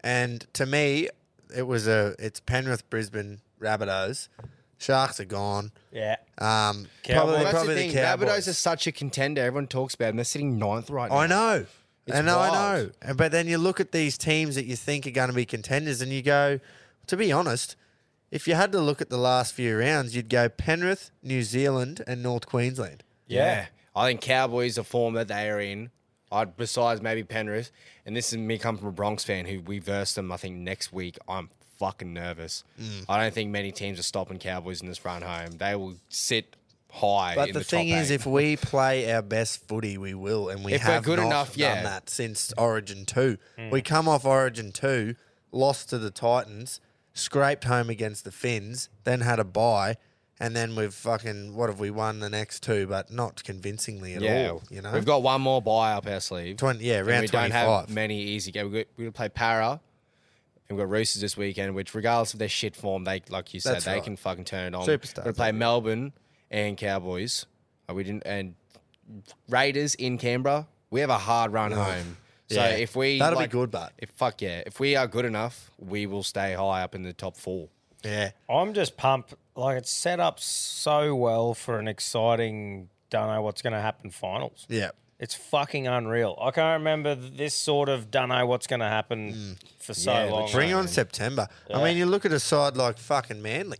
and to me, it was a, it's Penrith, Brisbane, Rabbitohs. Sharks are gone.
yeah,
Um,
Cowboys.
probably,
Well, that's
probably
the thing.
Cowboys.
Rabbitohs are such a contender. Everyone talks about them. They're sitting ninth right now.
I know. and I
wild.
know. And- But then you look at these teams that you think are going to be contenders and you go, to be honest, if you had to look at the last few rounds, you'd go Penrith, New Zealand, and North Queensland.
Yeah. I think Cowboys, the form that they are in, I, besides maybe Penrith, and this is me coming from a Bronx fan who we verse them, I think, next week. I'm fucking nervous.
Mm.
I don't think many teams are stopping Cowboys in this run home. They will sit high.
But
in
the,
the,
thing
top
is,
eight.
if we play our best footy, we will, and we
If we're
have
good
not
enough,
done
yeah. Hmm.
that since Origin two. We come off Origin two, lost to the Titans, scraped home against the Finns, then had a bye, and then we've fucking what have we won the next two, but not convincingly at
yeah,
all. You know,
we've got one more buy up our sleeve.
20, yeah,
And
round
we don't
25.
have many easy games. We're going to play Para. And we've got Roosters this weekend, which, regardless of their shit form, they like you said,
That's
they
right.
can fucking turn it on.
Superstars,
We're going to play Melbourne and Cowboys. Uh, We didn't and Raiders in Canberra. We have a hard run home. So
Yeah.
if we
That'll be
like,
good, but-
if fuck yeah, if we are good enough, we will stay high up in the top four.
yeah.
I'm just pumped. Like it's set up so well for an exciting. Don't know what's going to happen finals.
Yeah.
It's fucking unreal. I can't remember this sort of don't know what's going to happen for so
Mm. Yeah,
long.
Bring on September. I mean, you look at a side like fucking Manly.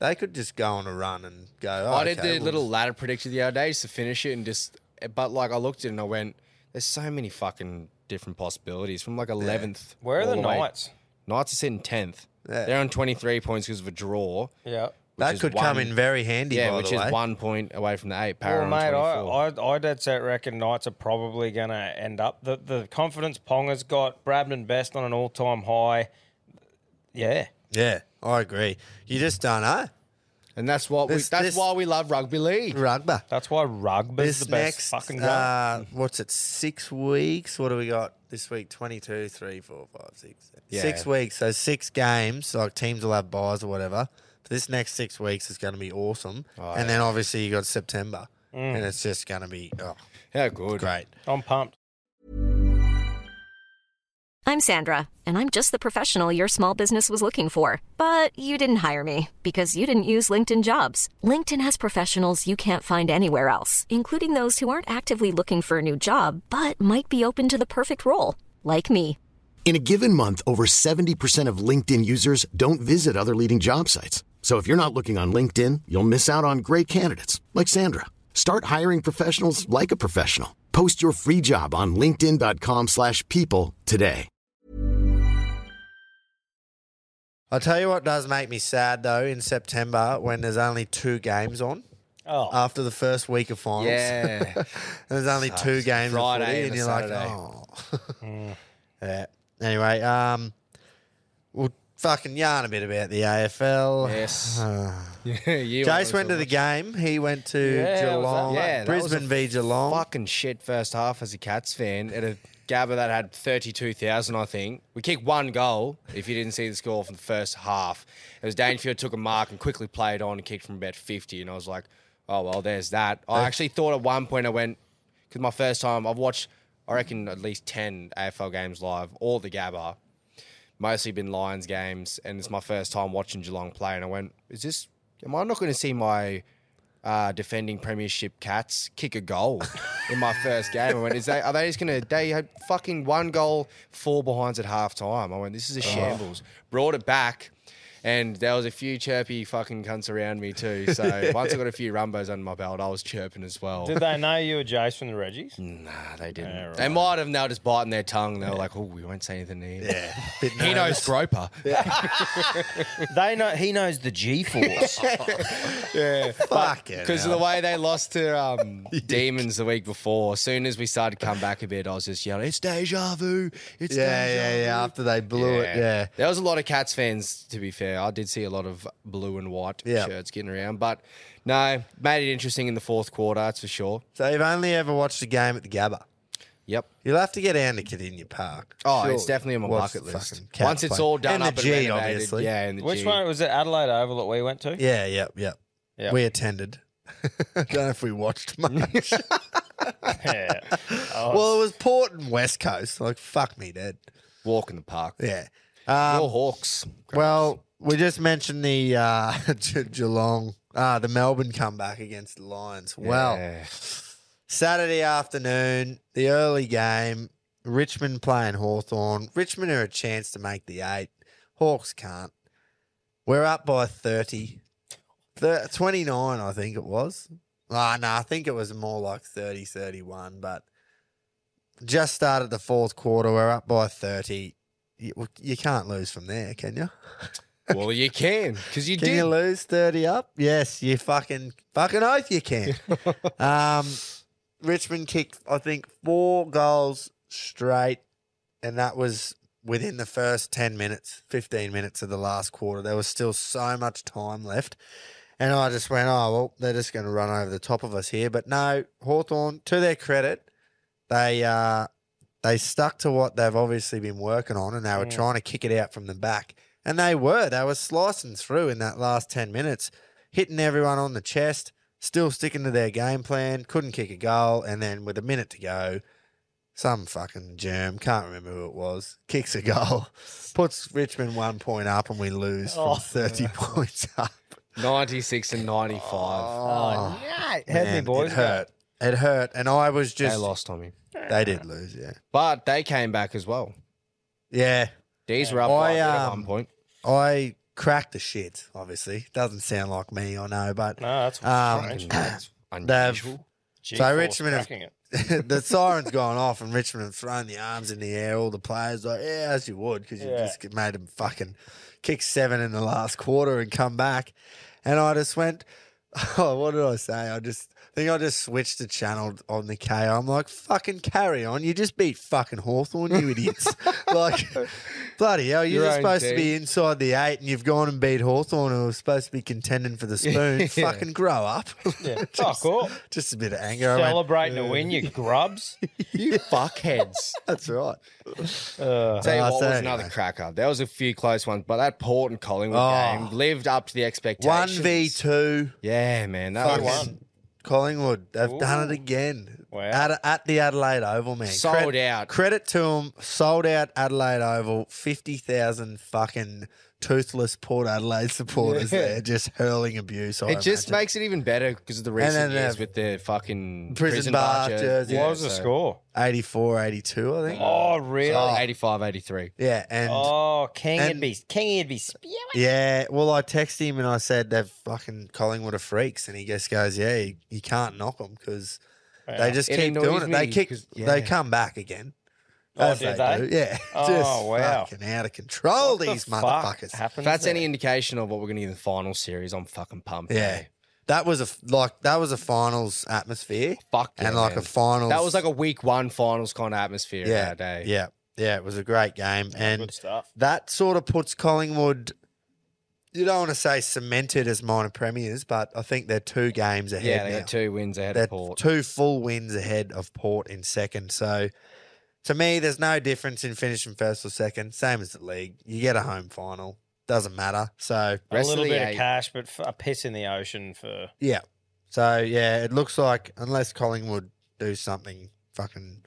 They could just go on a run and go. Oh,
I did
okay,
the
we'll-
little ladder prediction the other day just to finish it and just, but like I looked at it and I went, there's so many fucking different possibilities from like 11th.
Where are
all
the
way-
Knights?
Knights are sitting 10th.
Yeah.
They're on 23 points because of a draw.
Yeah.
that
is
could come
one-
in very handy.
yeah,
by
which
the
is
way.
one point away from the eight. Para
Well,
on
mate,
24.
I, I, I dead set reckon Knights are probably going to end up. The the confidence Ponga's got, Brabman Best on an all time high. Yeah.
Yeah, I agree. You just don't know
and that's what
This-
we, that's
this-
why we love rugby league.
rugby.
That's why rugby's
This
the
next,
best fucking game.
uh, what's it? Six weeks. What do we got this week? 22, 3, 4, 5, 6. Six
Yeah.
weeks. So six games. Like teams will have buys or whatever. But this next six weeks is going to be awesome. and then obviously you got September, and it's just going to be oh,
How good.
great.
I'm pumped.
I'm Sandra, and I'm just the professional your small business was looking for. But you didn't hire me because you didn't use LinkedIn jobs. LinkedIn has professionals you can't find anywhere else, including those who aren't actively looking for a new job but might be open to the perfect role, like me.
In a given month, over 70% of LinkedIn users don't visit other leading job sites. So if you're not looking on LinkedIn, you'll miss out on great candidates like Sandra. Start hiring professionals like a professional. Post your free job on linkedin.com/people slash people today.
I'll tell you what does make me sad though in September when there's only two games on
Oh,
after the first week of finals.
Yeah.
There's only two games of
Friday
footy,
and
and
a
you're like,
Saturday.
oh. yeah. Anyway, um, we'll fucking yarn a bit about the AFL. [sighs]
yes. [laughs] You
Jace
always
went to
love
the
it.
game. He went to
Yeah, it was
Geelong,
that
late. Yeah, that was a
Brisbane v Geelong.
fucking shit first half as a Cats fan at a Gabba that had 32,000, I think. We kicked one goal, if you didn't see the score from the first half. It was Dangerfield took a mark and quickly played on and kicked from about 50. And I was like, oh, well, there's that. I actually thought at one point I went, because my first time, I've watched, I reckon, at least 10 AFL games live, all the Gabba. Mostly been Lions games, and it's my first time watching Geelong play. And I went, is this, am I not going to see my uh, defending premiership cats kick a goal in my first game. I went, is they are they just gonna they had fucking one goal, four behinds at half time. I went, this is a shambles. Brought it back. And there was a few chirpy fucking cunts around me too. So once I got a few rumbos under my belt, I was chirping as
[laughs]
well.
Did they know you were Jace from the Reggies?
Mm.
Nah, they didn't.
Yeah, right.
They might have. and They were just biting their tongue. They were like, "Oh, we won't say anything to
[laughs]
him."
Yeah. Bit
He knows
nervous.
Groper.
[laughs] They know he knows the
[laughs]
G force.
Fuck it.
Because of the way they lost
[laughs]
to um, Demons the week before, as soon as we started to come back a bit, I was just yelling, "It's deja vu! It's
Yeah,
deja
yeah,
vu."
yeah. After they blew it, yeah.
There was a lot of Cats fans, to be fair. I did see a lot of blue and white
Yeah.
shirts getting around, but no, made it interesting in the fourth quarter, that's for sure.
So you've only ever watched a game at the Gabba.
Yep.
You'll have to get down to Cardinia Park.
Oh,
Surely.
it's definitely on my
Watch
bucket
the
list.
fucking Cats
Once it's
play.
all done
and
up
the G,
and renovated,
obviously.
yeah, and the
Which
G.
one was it? Adelaide Oval that we went to.
Yeah, yeah, yeah.
Yeah.
We attended. [laughs] I don't know if we
[laughs]
watched much.
[laughs] Yeah.
Oh.
well, it was Port and West Coast. Like, fuck me, Dad.
Walk in the park.
Yeah. Um,
Your Hawks.
Well, we just mentioned the uh, [laughs] Ge- Geelong, uh, the Melbourne comeback against the Lions. Well,
Yeah.
Saturday afternoon, the early game, Richmond playing Hawthorn. Richmond are a chance to make the eight. Hawks can't. We're up by 30. Thir 29, I think it was. Ah, no, I think it was more like 30, 31, but just started the fourth quarter. We're up by 30. You, you can't lose from there, can you?
well, you can, because you
Can
did.
you lose 30 up? Yes, you fucking fucking oath you
[laughs]
can. um, Richmond kicked, I think, four goals straight, and that was within the first 10 minutes, 15 minutes of the last quarter. There was still so much time left. And I just went, oh, well, they're just going to run over the top of us here. But no, Hawthorn, to their credit, they uh, they stuck to what they've obviously been working on and they were trying to kick it out from the back. And they were. They were slicing through in that last 10 minutes, hitting everyone on the chest, still sticking to their game plan, couldn't kick a goal. And then with a minute to go, some fucking germ, can't remember who it was, kicks a goal, puts Richmond one point up, and we lose from 30 [laughs] points up.
96 and 95.
Oh,
How'd the
man,
boys
It
go?
hurt. It hurt. And I was just.
they lost, Tommy.
They did lose, yeah.
But they came back as well.
Yeah.
These were up
I,
by a bit at
um, [clears throat]
one point.
I cracked the shit, obviously. Doesn't sound like me, I know, but
No, that's
Um,
strange.
they've,
G
so
force
Richmond have-
cracking it.
[laughs] the siren's gone off and Richmond have thrown the arms in the air. All the players like, yeah, as you would, because you
Yeah.
just made them fucking kick seven in the last quarter and come back. And I just went, [laughs] oh, what did I say? I just I think I just switched the channel on the KO. I'm like, fucking carry on. You just beat fucking Hawthorn, you
[laughs]
idiots. like, bloody hell, you're
Your
just
own
supposed to
team.
be inside the eight and you've gone and beat Hawthorn, who was supposed to be contending
[laughs]
for the spoon. Fucking grow up. [laughs]
Yeah. Fuck off.
just a bit of anger. I went,
Celebrating a
[laughs]
win, you grubs.
You fuckheads.
That's right.
Tell you
Oh,
what was
so
another
anyway.
cracker. There was a few close ones, but that Port and Collingwood
Oh.
game lived up to the
One
expectations.
v two.
Yeah, man. That
Fucking
was
Collingwood. They've done
Ooh.
it again.
Wow.
At, at the Adelaide Oval, man.
Sold out.
Credit to them. Sold out Adelaide Oval. 50,000 fucking toothless Port Adelaide supporters
Yeah.
there just hurling abuse. I
It just
imagine.
makes it even better because of the recent
then they
years
have
with the fucking
prison bar jersey.
Yeah,
what was the
so
score?
84, 82, I think.
Oh, really?
85, 83.
Yeah. And
oh, King,
and-
it'd be King, it'd be spewing.
yeah, well, I texted him and I said, they're fucking Collingwood are freaks. And he just goes, yeah, you, you can't knock them because they just
It
keep doing
annoys
it. They
me
kick,
'cause-
They
yeah.
come back again.
Oh,
As
did they?
do, Yeah. [laughs]
Oh,
Just
wow.
fucking out of control, these motherfuckers.
If that's any indication of what we're going to get in the final series, I'm fucking pumped.
Yeah.
eh?
That was a f- like that was a finals atmosphere.
Fuck yeah,
and like
man.
a finals.
That was like a week one finals kind of atmosphere
yeah,
that day.
Yeah. Yeah, it was a great game. And
good stuff.
that sort of puts Collingwood you don't want to say cemented as minor premiers, but I think they're two games ahead.
Yeah, they
now.
had two wins ahead
They're
of Port.
two full wins ahead of Port in second. So to me, there's no difference in finishing first or second. Same as the league. You get a home final. Doesn't matter. So
A
Rest
little
of the
bit of
eight.
cash, but f- a piss in the ocean for.
yeah. So yeah, it looks like unless Collingwood do something fucking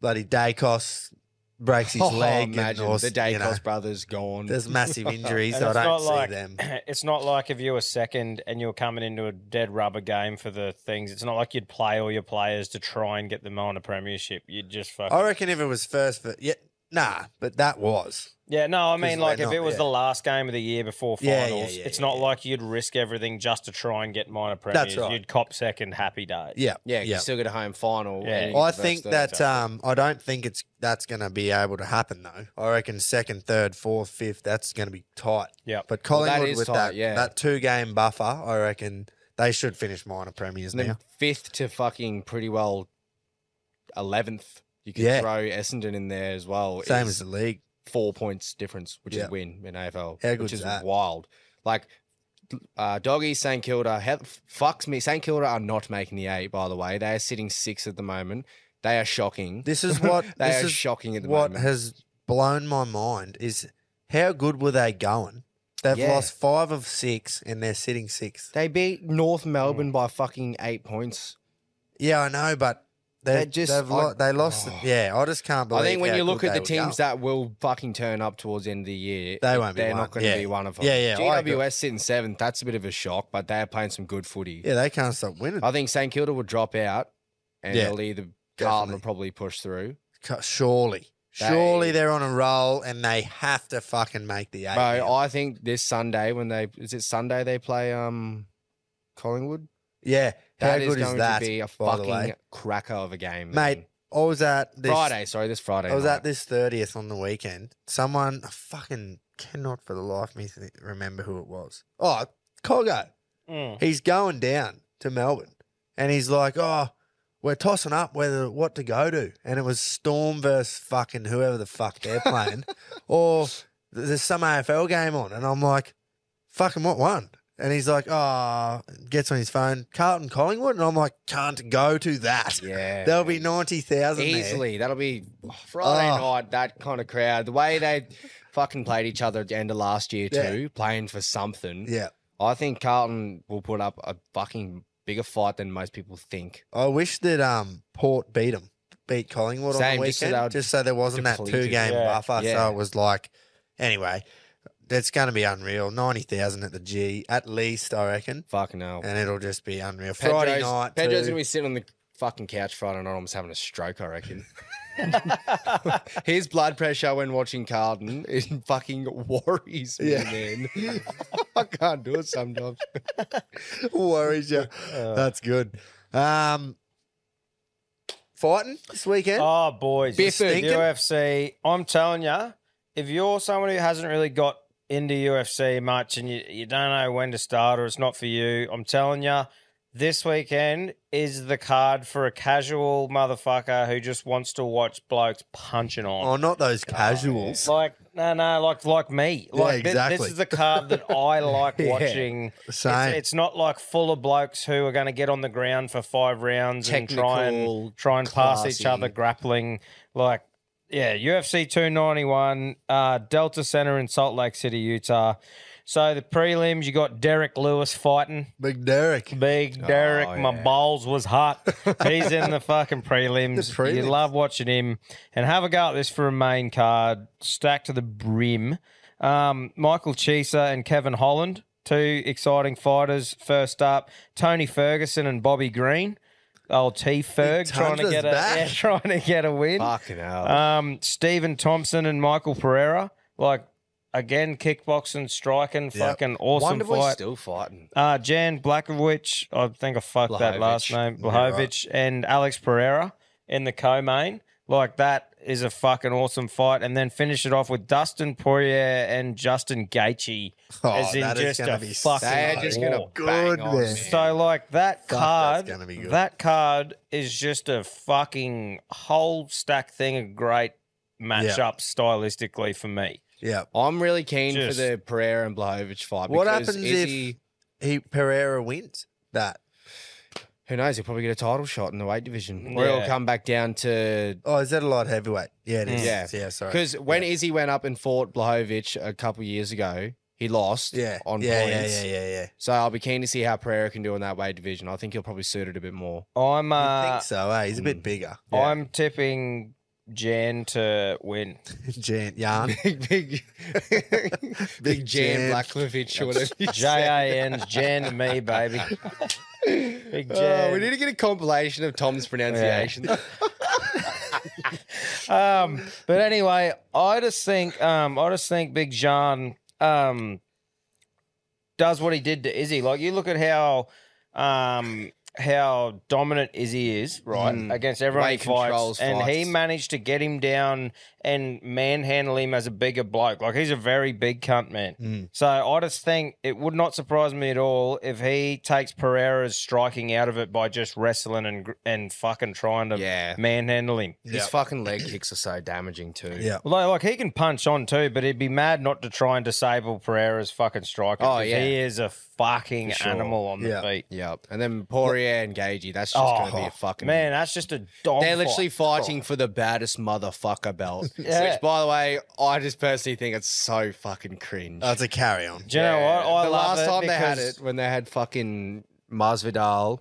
bloody Dacos breaks his
[laughs] Oh,
leg and
imagine
or,
the
you know,
Dacos brothers gone.
there's massive
[laughs]
injuries.
And
I
it's
don't
not
see
like
them.
[clears throat] it's not like if you were second and you were coming into a dead rubber game for the things. It's not like you'd play all your players to try and get them on a premiership. You'd just fucking.
I reckon if it was first, for, yeah, Nah, but that was.
Yeah, no, I
they're
mean, like, if
not-
it was
yeah.
the last game of the year before
Yeah, yeah,
finals,
yeah,
it's
yeah,
not like you'd risk everything just to try and get minor premiers.
right.
You'd cop second, happy day.
Yeah.
Yeah, you still get a home final.
Yeah.
and you
I
get the
think
first
that
third.
um, I don't think it's that's going to be able to happen though. I reckon second, third, fourth, fifth, that's going to be tight.
Yep.
But
Well, that
Collingwood
is
with
tight,
that
yeah.
that two game buffer, I reckon they should finish minor premiers
And then
now.
fifth to fucking pretty well eleventh. You could
Yeah.
throw Essendon in there as well.
Same
is
as the league.
four points difference, which
Yeah.
is win in AFL,
How
which
good's
is
that?
wild. Like uh, doggy St Kilda he- fucks me. St Kilda are not making the eight. By the way, they are sitting six at the moment. They are shocking.
This
[laughs]
is what
they
this
are
is
shocking at the
what
moment.
has blown my mind is how good were they going? They've
Yeah.
lost five of six and they're sitting sixth.
they beat North Melbourne by fucking eight points.
Yeah, I know, but they
They
just
just-
they've lo-
I-
they lost. yeah, I just can't believe.
I think when
how
you look
good
at
they
the
were
teams
going.
that will fucking turn up towards the end of the year,
They won't be
They're
one.
not going to
Yeah.
be one of them.
Yeah, yeah, I agree.
GWS sitting seventh. That's a bit of a shock, but they are playing some good footy.
yeah, they can't stop winning.
I think St Kilda will drop out, and
Yeah,
it'll either
definitely.
Carlton will probably push through.
Cu- Surely,
They-
surely they're on a roll and they have to fucking make the eight.
Bro,
now.
I think this Sunday when they is it Sunday they play um Collingwood.
yeah, how
That is
good is
going
that?
to be a
by the
fucking
way,
cracker of a game,
mate.
man.
I was at this Oh,
Friday, sorry, this Friday.
I was
night.
at this thirtieth on the weekend. Someone I fucking cannot for the life of me th- remember who it was. Oh, Coggo.
Mm.
He's going down to Melbourne, and he's like, "Oh, we're tossing up whether what to go to." And it was Storm versus fucking whoever the fuck
[laughs]
they're playing, or th- there's some AFL game on, and I'm like, "Fucking what one?" And he's like, "Oh," gets on his phone, Carlton Collingwood, and I'm like, "Can't go to that."
Yeah.
There'll be ninety thousand there.
Easily, that'll be Friday
Oh.
night. That kind of crowd, the way they fucking played each other at the end of last year
Yeah.
too, playing for something.
Yeah.
I think Carlton will put up a fucking bigger fight than most people think.
I wish that um Port beat them, beat Collingwood on
Same,
the
just so
weekend, just
they
so,
were
there wasn't that
depleted.
two game
Yeah.
buffer.
Yeah.
So it was like, anyway, that's going to be unreal. Ninety thousand at the G, at least I reckon,
Fucking hell.
and it'll just be unreal. Friday
Pedro's,
night,
Pedro's
too.
gonna be sitting on the fucking couch Friday night, almost having a stroke. I reckon. His blood pressure when watching Carlton it fucking worries me. Man, [laughs] I can't do it sometimes.
[laughs] worries you.
[laughs]
that's good. Um, fighting this weekend.
Oh, boys.
Biff
the
Stinkin'?
UFC. I'm telling you, if you're someone who hasn't really got into UFC much and you, you don't know when to start or it's not for you, I'm telling you, this weekend is the card for a casual motherfucker who just wants to watch blokes punching on.
oh, not those casuals.
Like no, no, like like me.
Yeah,
Like thi-
exactly.
this is the card that I like
[laughs] Yeah,
watching.
same.
It's, it's not like full of blokes who are going to get on the ground for five rounds
Technical,
and try and try and pass each
classy.
other grappling. Like yeah, UFC 291, uh, Delta Center in Salt Lake City, Utah. So the prelims, you got Derek Lewis fighting.
Big Derek.
Big
Oh,
Derek, my balls was hot. He's
[laughs]
in the fucking prelims.
The prelims.
You love watching him. And have a go at this for a main card, stacked to the brim. Um, Michael Chiesa and Kevin Holland, two exciting fighters. First up, Tony Ferguson and Bobby Green. Old T Ferg
He
trying to
touched
get a
us back.
yeah, [laughs] trying to get a win.
Fucking hell.
Um, Stephen Thompson and Michael Pereira, like again, kickboxing, striking, fucking awesome
Wonder
fight.
Boy's still fighting.
Uh, Jan Blakovich, I think I fucked that
Blahovic.
last name.
Yeah, right.
Blahovic and Alex Pereira in the co-main. Like that is a fucking awesome fight, and then finish it off with Dustin Poirier and Justin Gaethje.
Oh,
as in
that is
just
gonna
a
be
fucking
They're just
war.
gonna
Good
bang on,
man.
man.
So like
that's
that card,
gonna be good.
that card is just a fucking whole stack thing of great matchups stylistically for me.
Yeah.
I'm really keen
Just-
for the Pereira and Blahovic fight.
What
Uh, because
happens
is
if
he-
he Pereira wins that?
who knows? He'll probably get a title shot in the weight division, or
Yeah.
he'll come back down to
Oh, is that a light heavyweight? Yeah, it is.
Yeah.
yeah. Sorry.
Because when Izzy went up and fought Blahovic a couple years ago, he lost
yeah,
on
yeah, yeah,
points.
yeah, yeah, yeah.
So I'll be keen to see how Pereira can do in that weight division. I think he'll probably suit it a bit more.
[laughs]
I'm
I
uh,
think so. Eh? He's a
hmm.
bit bigger. [laughs]
I'm tipping Jan to
[laughs]
win.
Giant
[laughs]
yarn.
big, big,
Big
big
Jan.
Jan Blakovic
[laughs]
or whatever. you
J
said.
A N Jan to me, baby. Big Jan.
[laughs]
[laughs]
Oh, we need to get a compilation of Tom's pronunciation.
Um, but anyway, I just think um, I just think Big John um, does what he did to Izzy. Like you look at how um, how dominant Izzy is, right, against everyone he
Way
fights,
controls
and he
Mm. fights.
managed to get him down and manhandle him as a bigger bloke. Like he's a very big cunt man.
Mm.
So I just think it would not surprise me at all if he takes Pereira's striking out of it by just wrestling and gr- and fucking trying to
Yeah.
manhandle him.
His fucking leg kicks are so damaging too.
Yeah.
Well, like, like he can punch on too, but he'd be mad not to try and disable Pereira's fucking striker.
Oh,
'cause
yeah.
he is a fucking animal on the
Yeah.
feet.
Yep. And then Poirier and Gagey, that's just
Oh,
going to be a fucking
man, that's just a dog.
They're literally
fight.
fighting for the baddest motherfucker belt.
[laughs] Yeah.
Which, by the way, I just personally think it's so fucking cringe.
That's Oh, a carry on.
Do you know what? I
the
love
last
it
time they had
because-
it, when they had fucking Masvidal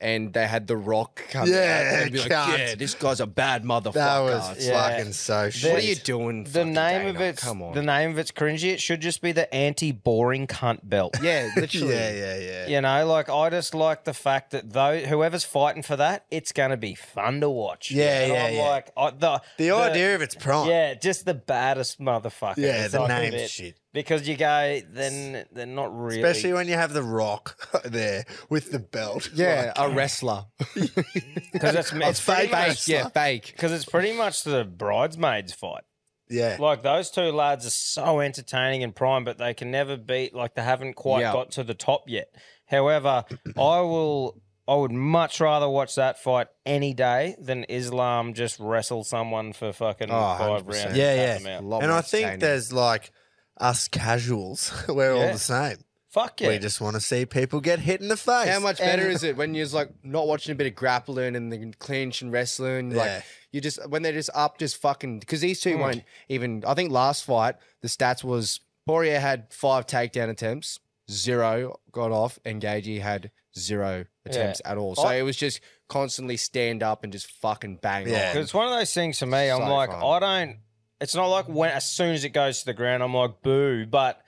and they had The Rock come
Yeah,
out and be like,
cunt.
yeah, this guy's a bad motherfucker.
That was
It's
yeah.
like,
fucking so shit.
what are you doing?
The
fucking
name
Dana?
of it's
Come on.
the name of it's cringy. It should just be the anti-boring cunt belt.
yeah, [laughs] literally.
Yeah, yeah, yeah.
You know, like I just like the fact that though whoever's fighting for that, it's going to be fun to watch.
Yeah,
And
yeah,
I'm
yeah.
like I, the
The idea of it's prime.
Yeah, just the baddest motherfucker.
Yeah,
It's
the
like a
name's
bit-
shit.
Because you go, then they're not really.
Especially when you have the rock [laughs] there with the belt.
Yeah, a wrestler.
because it's, it's pretty
fake
much,
wrestler.
yeah, fake.
because it's pretty much the bridesmaids fight.
Yeah.
Like those two lads are so entertaining and prime, but they can never beat. Like they haven't quite
Yeah.
got to the top yet.
[clears throat]
However, I will. I would much rather watch that fight any day than Islam just wrestle someone for fucking
Oh,
five
100%.
rounds.
Yeah,
and
yeah.
tap them out.
lot
and
more
I think
entertaining.
there's like us casuals, [laughs] we're all
Yeah.
the same.
Fuck yeah.
We just want to see people get hit in the face.
How much better is it when you're just like not watching a bit of grappling and then clinch and wrestling?
Yeah. Mm.
Like you just when they're just up, just fucking because these two won't even. I think last fight the stats was Poirier had five takedown attempts, zero got off, and Gagey had zero attempts at all. So
I-
it was just constantly stand up and just fucking bang.
Yeah.
Yeah,
'Cause it's one of those things for me. I'm
So
like,
fun.
I don't. It's not like when as soon as it goes to the ground, I'm like, boo. But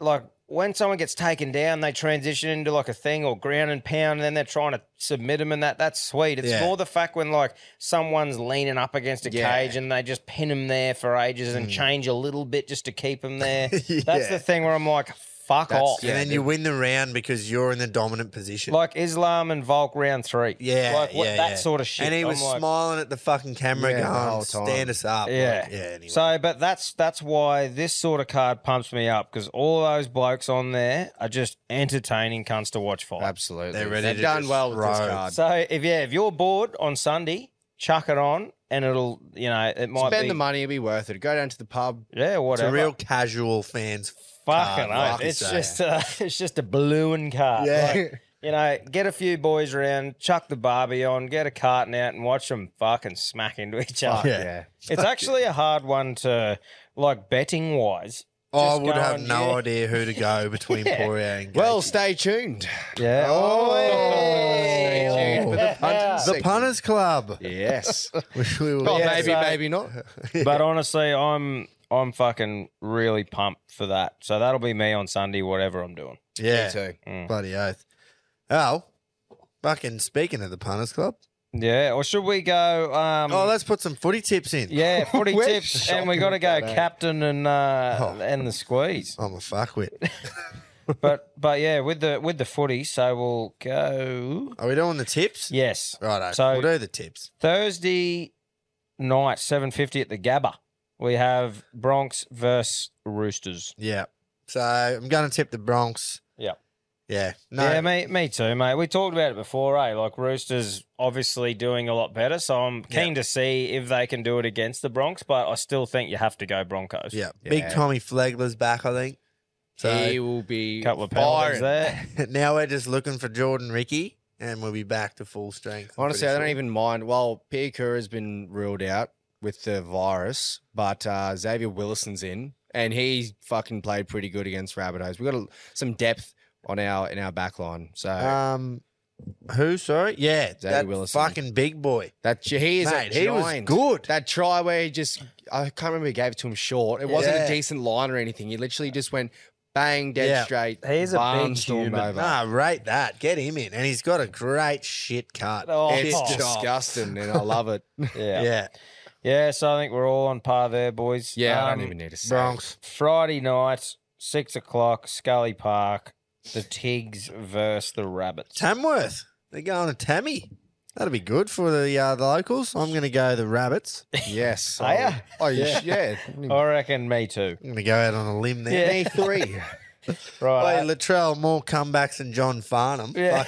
like when someone gets taken down, they transition into like a thing or ground and pound, and then they're trying to submit them, and that that's sweet. It's
Yeah.
more the fact when like someone's leaning up against a
Yeah.
cage and they just pin them there for ages and change a little bit just to keep them there. That's
Mm. [laughs] Yeah.
the thing where I'm like, fuck
That's-
off.
And then you win the round because you're in the dominant position.
Like Islam and Volk round three.
yeah,
like what,
yeah,
that
yeah.
sort of shit.
And he
I'm
was
like-
smiling at the fucking camera,
Yeah, the
going,
whole time.
"Stand us up." Like,
Yeah.
yeah. Anyway.
So, but that's that's why this sort of card pumps me up because all those blokes on there are just entertaining cunts to watch fight.
absolutely.
They're ready
They've
to
done
just
well with this
throw.
card.
So, if yeah, if you're bored on Sunday, chuck it on, and it'll you know it might
Spend
be
the money; it'd be worth it. Go down to the pub.
yeah
it's a
whatever.
real casual fans.
fucking
card,
oath.
like you
It's
say.
just a, [laughs] it's just a balloon card.
[laughs]
Yeah.
Like, you know, get a few boys around, chuck the barbie on, get a carton out, and watch them fucking smack into each other.
Yeah.
It's actually a hard one to like betting wise.
I
Just
would have
going,
no
yeah.
idea who to
[laughs]
go between Poirier and
Well,
Gaethje.
stay tuned.
Yeah.
Oh,
Oh,
Stay tuned for the punters.
the Punters Club. [laughs]
[laughs] Yes.
Which we will
Oh,
Yeah,
maybe,
so-
maybe not.
but honestly, I'm I'm fucking really pumped for that. So that'll be me on Sunday, whatever I'm doing.
Yeah,
too.
bloody oath. Oh, fucking speaking of the Punters Club.
Yeah. Or should we go? Um,
Oh, let's put some footy tips in.
[laughs]
yeah, footy
We're
tips, and we got to go
eh?
captain and uh,
Oh.
and the
[laughs]
squeeze.
I'm a fuckwit.
But but yeah, with the with the footy, so we'll go.
Are we doing the tips?
Yes,
Righto.
So-
we'll do the tips.
Thursday night, seven fifty at the Gabba. We have Bronx versus Roosters.
Yeah. So I'm going to tip the Bronx.
Yeah.
Yeah. No.
Yeah, me, me too, mate. We talked about it before, eh? Like Roosters obviously doing a lot better, so I'm keen to see if they can do it against the Bronx. But I still think you have to go Broncos.
yeah. Big Tommy Flagler's back, I think. [laughs]
he
So
will be
couple of penalties there.
now we're just looking for Jordan Ricky, and we'll be back to full
eh?
strength. I'm
Honestly,
pretty
I don't
sure.
even mind. Well, Pierre Kerr has been ruled out with the virus, but uh, Xavier Willison's in, and he fucking played pretty good against Rabbitohs. We got a, some depth on our in our back line, so
Um, who? Sorry. Yeah. that
Willison.
fucking big boy.
that he is a
Mate, he was
giant.
good.
That try where he just I can't remember who gave it to him short. It wasn't
Yeah.
a decent line or anything. He literally just went bang dead
Yeah.
straight.
He's a big
barnstormed
human.
over.
Nah, rate that. Get him in, and he's got a great shit cut.
Oh,
It's
oh.
[laughs] disgusting, and I love it.
yeah.
Yeah.
Yeah, so I think we're all on par there, boys.
Yeah, I
Um,
don't even need to say.
Bronx.
Friday night, six o'clock, Scully Park. The Tigs versus the Rabbits.
Tamworth. They're going to Tammy. That'll be good for the uh, the locals. I'm going to go the rabbits.
Yes.
Are ya?
Oh, yeah.
[laughs]
yeah. [laughs]
I reckon me too.
I'm going to go out on a limb there. [laughs]
Me
three.
Right. eh?
Hey, Latrell, more comebacks than John Farnham.
Yeah.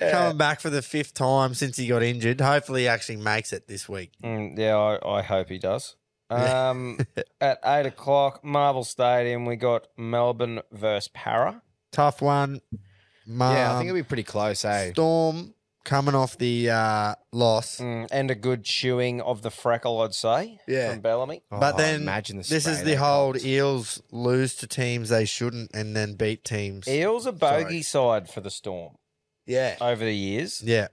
Coming back for the fifth time since he got injured. Hopefully, he actually makes it this week.
Mm, yeah, I, I hope he does.
[laughs]
Um, at eight o'clock, Marvel Stadium, we got Melbourne versus Para.
Tough one. Mum,
yeah, I think it'll be pretty close, eh?
Storm coming off the uh, loss.
Mm, and a good chewing of the freckle, I'd say,
Yeah.
from Bellamy.
But
Oh,
then
imagine the
Um, this is the
spray they
whole
got.
Eels lose to teams they shouldn't and then beat teams.
Eels a bogey side for the Storm
Yeah.
over the years,
Yeah.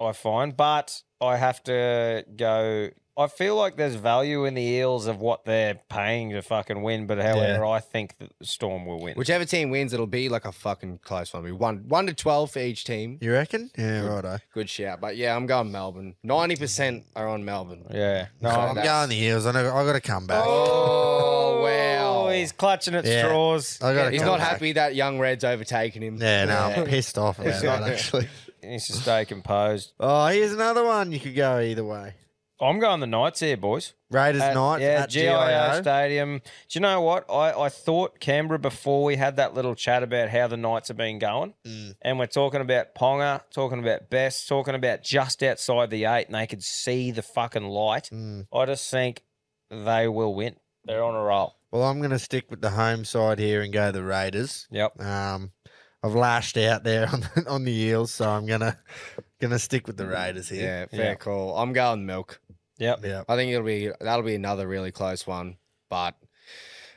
I find, but I have to go. I feel like there's value in the Eels of what they're paying to fucking win, but however, I think that the Storm will win.
Whichever team wins, it'll be like a fucking close one. We one one to twelve for each team.
You reckon? Yeah, righto.
Good shout, but yeah, I'm going Melbourne. Ninety percent are on Melbourne.
yeah. No,
So
I'm-
I'm going the Eels. I know I got to come back.
Oh
Oh,
wow!
he's clutching at
Yeah.
straws.
I got
He's not happy that young Red's overtaken him.
Yeah, no,
Yeah.
I'm pissed off about that actually.
He needs to stay composed.
Oh, here's another one. You could go either way.
I'm going the Knights here, boys.
Raiders
At-
night
yeah,
at
GIO,
GIO.
Stadium. Do you know what? I, I thought Canberra before we had that little chat about how the Knights have been going. And we're talking about Ponga, talking about Best, talking about just outside the eight, and they could see the fucking light.
Mm.
I just think they will win. They're on a roll.
Well, I'm going to stick with the home side here and go the Raiders.
Yep.
Um, I've lashed out there [laughs] on the, on the Eels, so I'm gonna gonna stick
Mm,
with the Raiders here.
[laughs] Yeah, fair call. I'm going milk.
Yep.
Yeah.
I think it'll be that'll be another really close one, but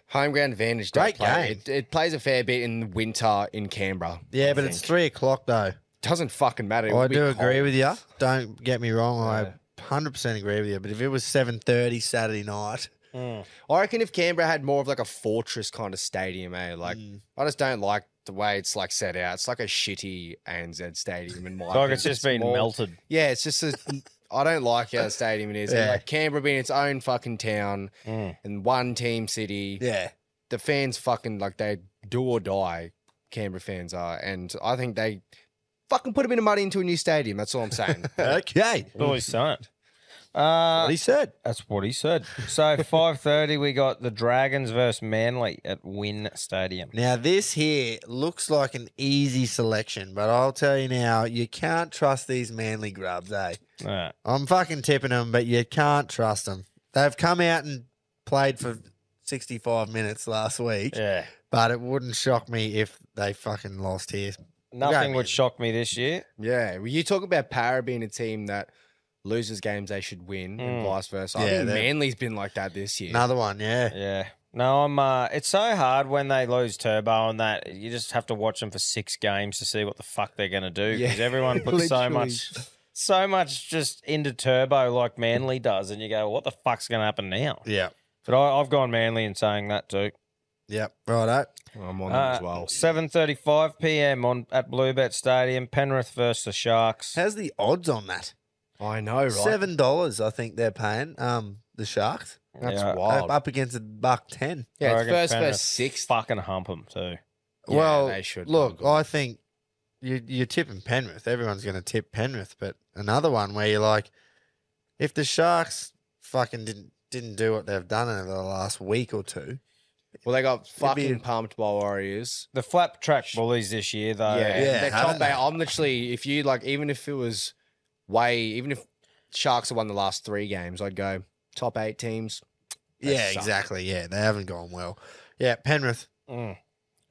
home ground advantage. does
Great
play.
game.
It, it plays a fair bit in winter in Canberra.
Yeah, but it's three o'clock though.
Doesn't fucking matter. It
Oh, I
will be
do agree
cold.
with you. Don't get me wrong. I 100% agree with you. But if it was 7:30 Saturday night,
Mm.
I reckon if Canberra had more of like a fortress kind of stadium, eh? Like
Mm.
I just don't like the way it's like set out. It's like a shitty ANZ stadium in my.
Like it's
opinion.
just been
more-
melted.
Yeah, it's just a, I don't like how the stadium it is. And,
Yeah.
Like Canberra being its own fucking town and one team
[laughs]
city. [laughs]
yeah,
The fans fucking like they do or die. Canberra fans are, and I think they fucking put a bit of money into a new stadium. That's all I'm saying.
okay,
Always son. Mm. Uh,
what he said.
That's what he said.
[laughs]
So five thirty, we got the Dragons versus Manly at Wynn Stadium.
Now this here looks like an easy selection, but I'll tell you now, you can't trust these manly grubs, eh?
Alright.
I'm fucking tipping them, but you can't trust them. They've come out and played for 65 minutes last week,
Yeah,
but it wouldn't shock me if they fucking lost here.
nothing
man.
would shock me this year.
yeah, well, you talk about Para being a team that loses games they should win, and vice versa. I
Mm. Yeah,
think
they're-
Manly's been like that this year.
Another one, yeah.
Yeah. No, I'm. Uh, it's so hard when they lose Turbo and that. You just have to watch them for six games to see what the fuck they're gonna do because
Yeah, [laughs]
everyone puts so
literally.
much, so much just into Turbo like Manly does, and you go, what the fuck's gonna happen now?
Yeah.
But I, I've gone Manly in saying that too.
Yep. Righto.
I'm on
Uh,
them as well.
Seven thirty-five p.m. on at Bluebet Stadium, Penrith versus the Sharks.
How's the odds on that?
I know, right?
Seven dollars, I think they're paying. Um, the Sharks
That's
Yeah.
wild.
up against a buck ten.
Yeah,
I
it's
reckon
first
Penrith
versus sixth.
Fucking hump them too.
Yeah,
well,
they should
look,
probably.
I think you, you're tipping Penrith. Everyone's going to tip Penrith, but another one where you're like, if the Sharks fucking didn't didn't do what they've done over the last week or two,
Well, they got
It'd be-
fucking pumped by Warriors.
The flap track bullies this year though.
yeah,
Uh, yeah,
they're
haven't
top. They,
they?
I'm literally, if you like, even if it was way, even if Sharks have won the last three games, I'd go top eight teams. They
yeah,
suck.
exactly, yeah, they haven't gone well. Yeah, Penrith.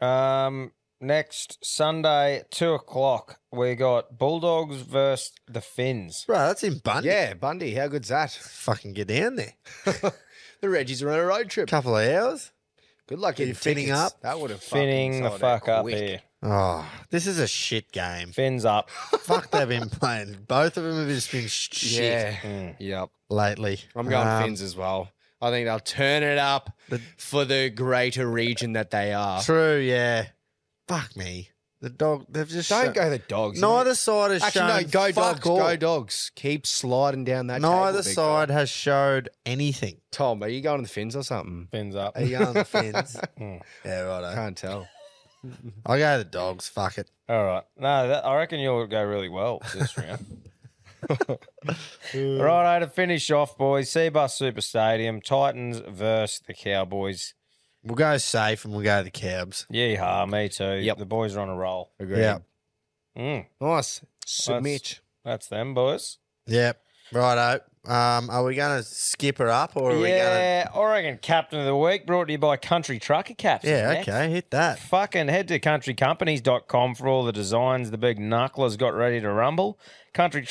Um, next Sunday, two o'clock, we got Bulldogs versus the Finns.
Bro, that's in Bundy.
Yeah, Bundy, how good's that? [laughs]
Fucking get down there.
The Reggies are on a road trip.
couple of hours.
Good luck
Are you
getting
finning
tickets.
up?
That would have
Finning the fuck up here.
Oh, this is a shit
[laughs]
game.
Fins up.
Fuck, they've been playing. Both of them have just been sh- shit
Yeah,
Mm.
yep.
lately.
I'm going
Um,
Finns as well. I think they'll turn it up for the greater region that they are.
True, yeah. Fuck me. The dog. They've just
Don't
shown-
go the dogs.
Neither side has
Actually,
shown.
no, go
fuck
dogs.
all.
Go dogs. Keep sliding down that
Neither
table, big
side
guy.
has showed anything.
Tom, are you going to the fins or something?
Fins up.
Are you [laughs] going the fins? yeah, righto.
Can't tell.
I go the dogs. Fuck it.
All right. No, that, I reckon you'll go really well
[laughs]
this round. Righto, to finish off, boys. Seabus Super Stadium, Titans versus the Cowboys.
We'll go safe and we'll go the Cabs.
Yeehaw, me too. Yep. The boys are on a roll.
Agreed.
Yeah.
Mm,
Nice. Submit.
that's them, boys.
Yep. Righto. Um, are we going to skip her up or are we going to?
yeah, Oregon Captain of the Week brought to you by Country Trucker Caps.
Yeah,
Next.
okay, hit
[laughs]
that.
Fucking head to countrycompanies.com for all the designs the big knuckler's got ready to rumble.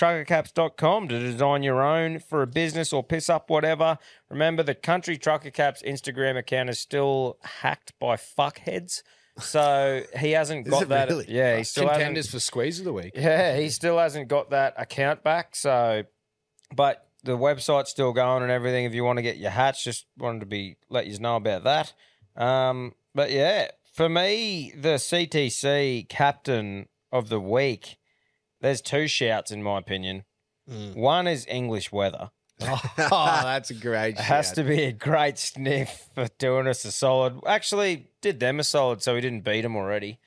Countrytruckercaps.com to design your own for a business or piss up whatever. Remember, the Country Trucker Caps Instagram account is still hacked by fuckheads. So he hasn't
Is
got
it
that.
really?
Yeah, he still hasn't.
Contenders for squeeze of
[laughs]
the week.
Yeah, he still hasn't got that account back. So, but the website's still going and everything. If you want to get your hats, just wanted to be let you know about that. Um, but yeah, for me, the CTC captain of the week. There's two shouts in my opinion.
Mm. [laughs]
One is English weather.
oh, that's a great.
It has to be a great sniff for doing us a solid. Actually, did them a solid, so we didn't beat them already.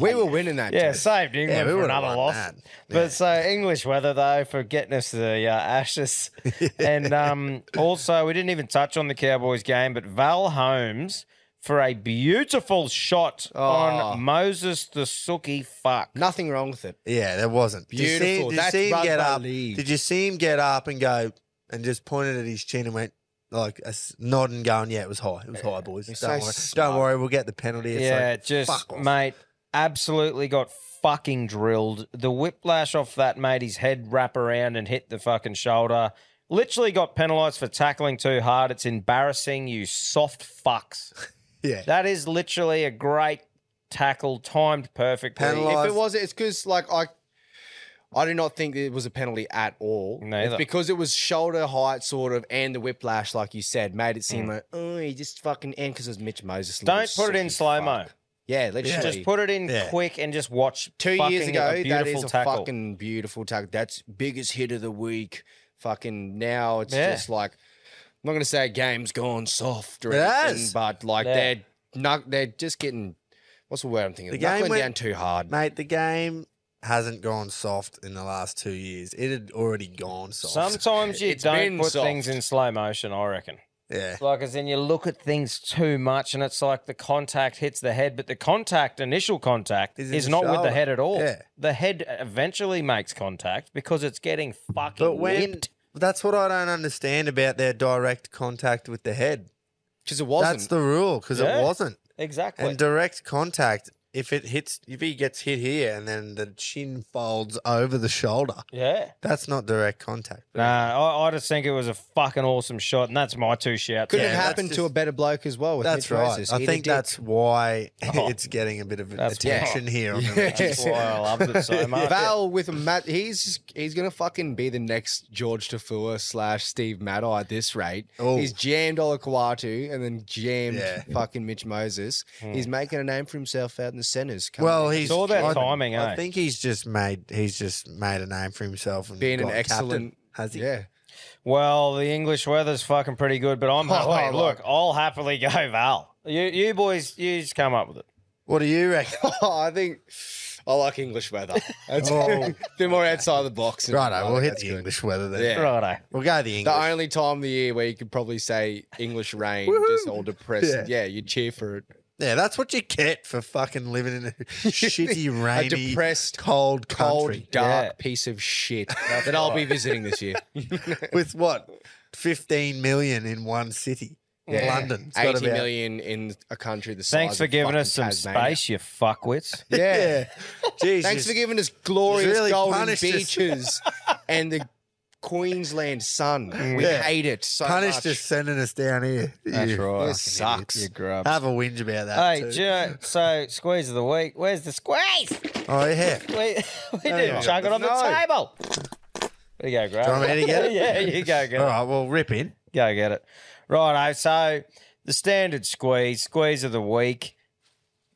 We were winning that.
Yeah,
test.
saved England
Yeah, we
for
would've
another
won
loss.
that.
But so English weather though for getting us the
[laughs]
uh, ashes, and um, also we didn't even touch on the Cowboys game, but Val Holmes for a beautiful shot
Oh.
on Moses the Sookie fuck.
Nothing wrong with it.
Yeah, there wasn't. Did you see-
Beautiful.
Did you
That's
see, him get
rugby
up?
league.
Did you see him get up and go and just pointed at his chin and went like a s- nod and going, "Yeah, it was high. It was high, boys. Don't
so
worry.
smart.
Don't worry. We'll get the penalty." It's
yeah,
like,
just
fuck off.
mate, absolutely got fucking drilled. The whiplash off that made his head wrap around and hit the fucking shoulder. Literally got penalised for tackling too hard. It's embarrassing, you soft fucks.
Yeah.
That is literally a great tackle, timed perfectly.
Penalised.
If it was, it's because like I, I do not think it was a penalty at all.
Neither.
It's because it was shoulder height, sort of, and the whiplash, like you said, made it seem like oh, he just fucking and because it was Mitch Moses.
Mm. Don't put it in
Sucky
slow mo.
fuck. Yeah, literally.
Just put it in
Yeah.
quick and just watch.
Two
fucking
years ago,
a
that
beautiful
is a
tackle.
fucking beautiful tackle. That's biggest hit of the week. Fucking now, it's
Yeah.
just like I'm not gonna say game's gone soft or
It
anything,
has.
but like
Yeah.
they're not, they're just getting. What's the word I'm thinking?
The
The game
game
went
went-
down too hard.
mate, the game hasn't gone soft in the last two years. It had already gone soft.
Sometimes you
It's
don't
been
put
soft.
things in slow motion. I reckon. [laughs]
yeah.
Like, as in you look at things too much, and it's like the contact hits the head, but the contact, initial contact,
Is
is,
in the
not with
shoulder.
the head at all.
Yeah.
The head eventually makes contact because it's getting fucking
But when
whipped.
that's what I don't understand about their direct contact with the head.
Because it wasn't.
That's the rule because
Yeah.
it wasn't.
Exactly.
And direct contact, if it hits, if he gets hit here and then the chin folds over the shoulder,
yeah.
that's not direct contact.
Nah, I, I just think it was a fucking awesome shot, and that's my two shouts.
Could
Yeah,
have
that's
happened to
just-
a better bloke as well. With
that's
Mitch
right.
Moses.
I
He'd
think
have
that's why [laughs]
Oh.
it's getting a bit of
That's why.
attention here. On the
Yeah.
That's why I loved
[laughs]
it so
dipped.
much.
Val with a Matt. He's he's gonna fucking be the next George Tafua slash Steve Maddow at this rate.
Oh.
He's jammed Olakwatu and then jammed
Yeah. Hmm.
fucking Mitch Moses. He's making a name for himself out in the centres. Coming
[laughs] Well,
in.
he's
all
I-
about timing,
I
eh?
think he's just made he's just made a name for himself and
being an
got captain,
excellent.
has he?
Yeah. [laughs]
Well, the English weather's fucking pretty good, but I'm.
Oh,
hey,
look.
look, I'll happily go Val. You, you boys, you just come up with it.
What do you
[laughs]
reckon?
I think I like English weather.
[laughs]
That's
Oh.
They're more outside the box.
Righto, we'll hit
That's
the
good.
English weather then.
Yeah.
Righto.
We'll go the English.
The only time of the year where you could probably say English rain, just all depressing. Yeah, you cheer for it.
yeah, that's what you get for fucking living
[laughs]
in a shitty, rainy,
depressed,
cold,
Cold,
country.
dark
Yeah.
piece of
[laughs]
shit that I'll be visiting this year.
with what 15 million in one city
Yeah.
london It's got
Eighty
about-
million in a country the size
Thanks for
of
giving
fucking
us some
Tasmania.
space,
[laughs]
you fuckwits.
Yeah.
Jeez,
Thanks
you-
for giving us glorious
really
golden
punished us. [laughs]
beaches and the Queensland sun. We
Yeah.
hate it so
punished
much.
us sending us down here that's
It sucks.
have a whinge about that
Hey,
too. [laughs]
do you know- so squeeze of the week. Where's the squeeze?
oh yeah
We, [laughs] we
yeah.
didn't chuck it on the
No.
table. There you go, Graham.
Do you want me to get it?
[laughs] yeah, you go, get
all
it.
right well rip in
Go get eh, it. Righto. So the standard squeeze, squeeze of the week.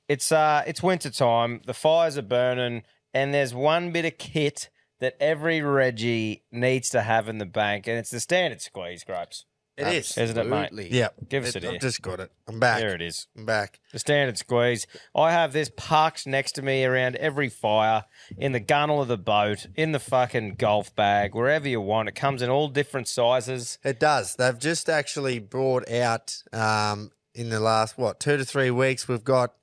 It's uh, it's winter time. The fires are burning, and there's one bit of kit that every Reggie needs to have in the bank, and it's the standard squeeze grapes,
It is.
isn't it, mate?
Absolutely.
Yeah.
Give us it here.
I've just got it. I'm back.
There it is.
I'm back.
The standard squeeze. I have this parked next to me around every fire, in the gunnel of the boat, in the fucking golf bag, wherever you want. It comes in all different sizes.
It does. They've just actually brought out um, in the last what two to three weeks. We've got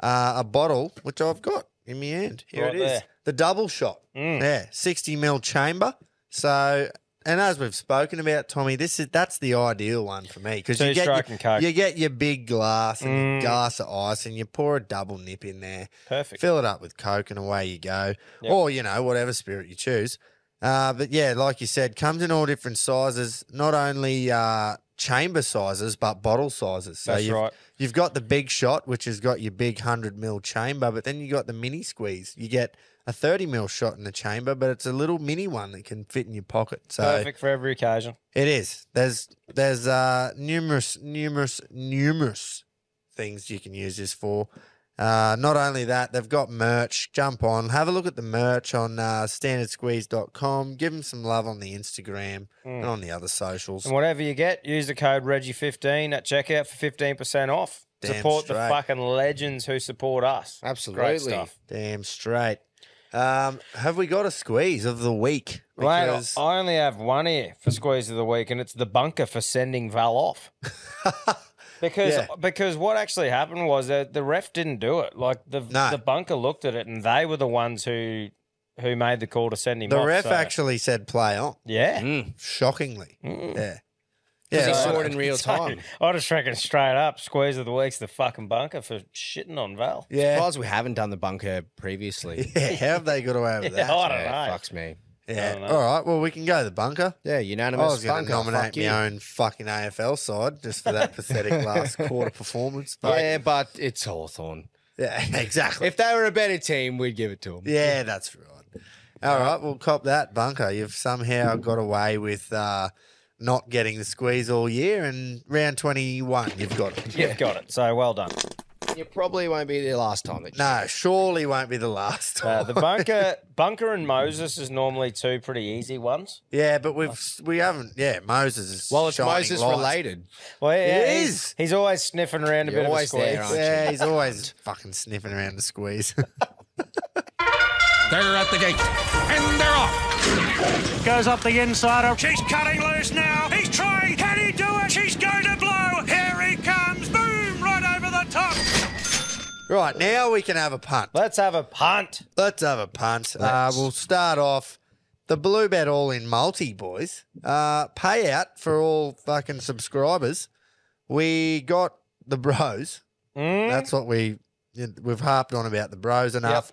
uh, a bottle which I've got in my hand. Here
Right
it is,
there.
the double shot.
Mm.
Yeah, sixty mil chamber. So. And as we've spoken about, Tommy, this is that's the ideal one for me because you
Two
get
strike
your,
and Mm. Coke.
you get your big glass and your glass of ice, and you pour a double nip in there.
Perfect.
Fill it up with Coke and away you go. Or, you know, whatever spirit you choose. Uh, but yeah, like you said, comes in all different sizes, not only uh, chamber sizes, but bottle sizes. So
That's
you've,
right.
you've got the big shot, which has got your big 100 mil chamber, but then you got the mini squeeze. You get a 30 mil shot in the chamber, but it's a little mini one that can fit in your pocket. So
Perfect for every occasion.
it is. There's there's uh, numerous numerous numerous things you can use this for. Uh, not only that, they've got merch. Jump on, have a look at the merch on uh, standardsqueeze.com. Give them some love on the Instagram and on the other socials.
And whatever you get, use the code Reggie15 at checkout for 15% off.
Damn
support the
straight.
fucking legends who support us.
Absolutely.
Great stuff.
Damn straight. Um, have we got a squeeze of the week?
Right,
Oh,
I only have one here for squeeze of the week, and it's the bunker for sending
[laughs]
Val off. because
Yeah.
because what actually happened was that the ref didn't do it. Like the
No.
the bunker looked at it, and they were the ones who who made the call to send him.
the
off,
ref
so-
actually said play on,
yeah.
shockingly. Yeah.
Because
Yeah,
Mm.
I
he saw
know.
it in real time.
Mm.
[laughs] I just reckon straight up, squeeze of the week's the fucking bunker for shitting on Val.
Yeah.
Surprised we haven't done the bunker previously.
[laughs] yeah. How have they got away
[laughs]
with
Yeah,
that?
I don't know.
fucks me.
Yeah. All right. Well, we can go to the bunker.
Yeah,
I
unanimous
was going to
bunker.
nominate
fuck you.
my own fucking AFL side just for
[laughs]
that pathetic last quarter performance. But
Yeah, but it's Hawthorn.
yeah, [laughs] exactly.
If they were a better team, we'd give it to them.
yeah, that's right. All right, we'll cop that bunker. You've somehow got away with uh, not getting the squeeze all year, and round twenty-one, you've got it.
You've got it. So
[laughs]
well done.
You probably won't be the last time. That
No, surely won't be the last.
Uh, the bunker, bunker and Moses is normally two pretty easy ones.
yeah, but we've we haven't. Yeah, Moses is.
well, it's
shining
Moses
lights.
related.
Well, yeah,
He
he's,
is.
He's always sniffing around a
You're
bit
always
of a squeeze.
there, aren't
Yeah, he's always fucking sniffing around the squeeze. [laughs]
They're at the gate. And they're off.
Goes up the inside. She's cutting loose now. He's trying. Can he do it? She's going to blow. Here he comes. Boom! Right over the top.
right now, we can have a punt.
Let's have a punt.
Let's have a punt. Uh, we'll start off the blue bet all in multi, boys. Uh, payout for all fucking subscribers. We got the bros.
Mm.
That's what we we've harped on about the bros enough.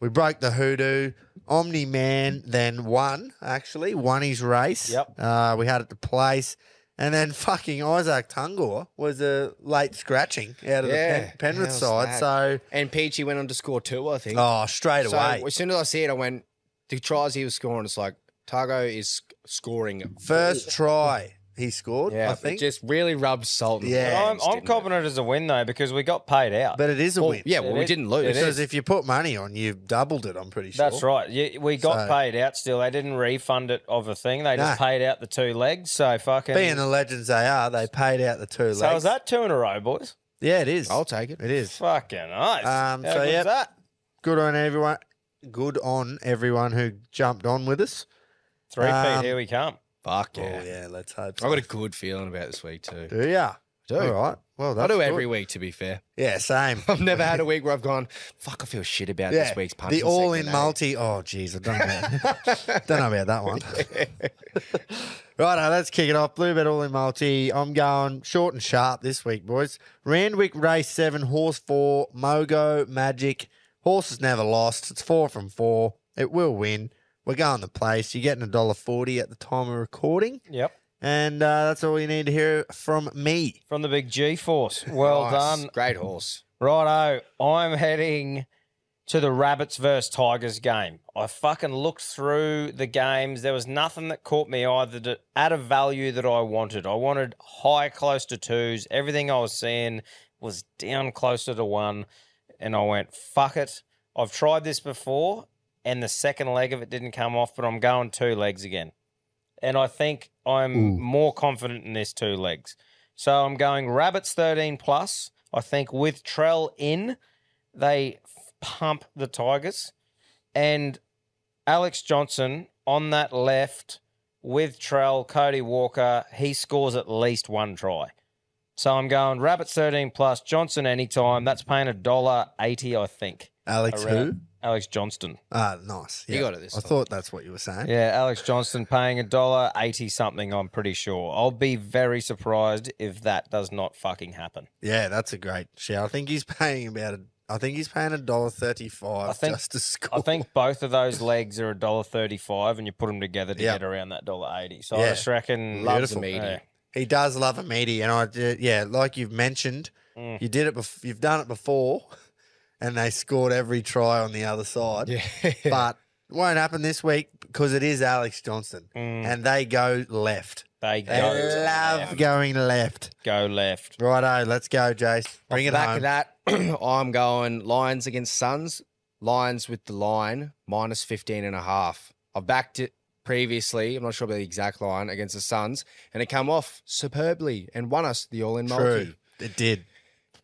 We broke the hoodoo. Omni Man then won actually won his race.
Yep.
Uh, we had it to place. And then fucking Isaac Tungor was a late scratching out of the
Yeah.
Pen- Penrith
How's
side.
that?
So,
And Peachy went on to score two, I think.
oh, straight
so
away.
as soon as I see it, I went, the tries he was scoring, it's like, Targo is sc- scoring.
First try he scored,
Yeah,
I think.
It just really rubs salt. in the
Yeah.
wounds,
I'm, I'm
didn't it?
confident as a win though because we got paid out.
but it is a
Well,
win.
yeah, well,
It
we
is-
didn't lose.
it
Because if you put money on, you've doubled it, I'm pretty sure.
That's right. Yeah, we
So-
got paid out still. They didn't refund it of a thing. They just
No.
paid out the two legs. So fucking.
Being the legends they are, they paid out the two legs.
so is that two in a row, boys?
Yeah, it is.
I'll take it.
It is.
Fucking nice.
Um,
How
so,
good's
yep.
that?
Good on everyone. Good on everyone who jumped on with us.
Three
Um,
P, here we come.
Fuck
Oh,
yeah.
yeah, let's hope
I've
so.
got a good feeling about this week, too.
Do ya?
do.
All right. Well, that's
I do
good.
every week, to be fair. [laughs]
Yeah, same.
I've never had a week where I've gone, fuck, I feel shit about
Yeah.
this week's punch.
the all in multi. Oh, jeez, I don't know. [laughs] don't know about that one.
[laughs]
Righto, let's kick it off. Bluebet all in multi. I'm going short and sharp this week, boys. Randwick race seven, horse four, Mogo Magic. Horse has never lost. It's four from four. It will win. We're going the place. You're getting a dollar forty at the time of recording,
Yep.
and uh, that's all you need to hear from me.
From the big G Force. Well done.
Great horse.
Righto, I'm heading to the Rabbits versus Tigers game. I fucking looked through the games. There was nothing that caught me either to, at a value that I wanted. I wanted high, close to twos. Everything I was seeing was down closer to one. and I went, fuck it. I've tried this before and the second leg of it didn't come off, but I'm going two legs again. And I think I'm more confident in this two legs. So I'm going Rabbits 13 plus. I think with Trell in, they f- pump the Tigers. And Alex Johnson on that left with Trell, Cody Walker, he scores at least one try. So I'm going Rabbits 13 plus, Johnson anytime. That's paying a dollar eighty, I think.
Alex who?
Alex Johnston.
Ah, nice. Yeah.
You got it this
I
time.
thought that's what you were saying.
Yeah, Alex Johnston paying a dollar eighty something, I'm pretty sure. I'll be very surprised if that does not fucking happen.
Yeah, that's a great shout. I think he's paying about. A, I think he's paying a dollar thirty-five
I think-
just to score.
I think both of those legs are a dollar thirty-five, and you put them together to
Yeah.
get around that dollar eighty. So I
Yeah.
just reckon
Loves Beautiful.
meaty.
Yeah.
he does love a meaty, and I did, yeah, like you've mentioned, you did it. Bef- you've done it before, and they scored every try on the other side. Yeah, but it won't happen this week because it is Alex Johnson, and they go left.
Mm, They go
They love
left.
going left.
Go left.
Righto, let's go, Jace. Bring it
Back
home.
of that, [clears throat] I'm going Lions against Suns. Lions with the line, minus 15 and a half. I've backed it previously. I'm not sure about the exact line against the Suns. And it came off superbly and won us the all-in multi.
True, it did.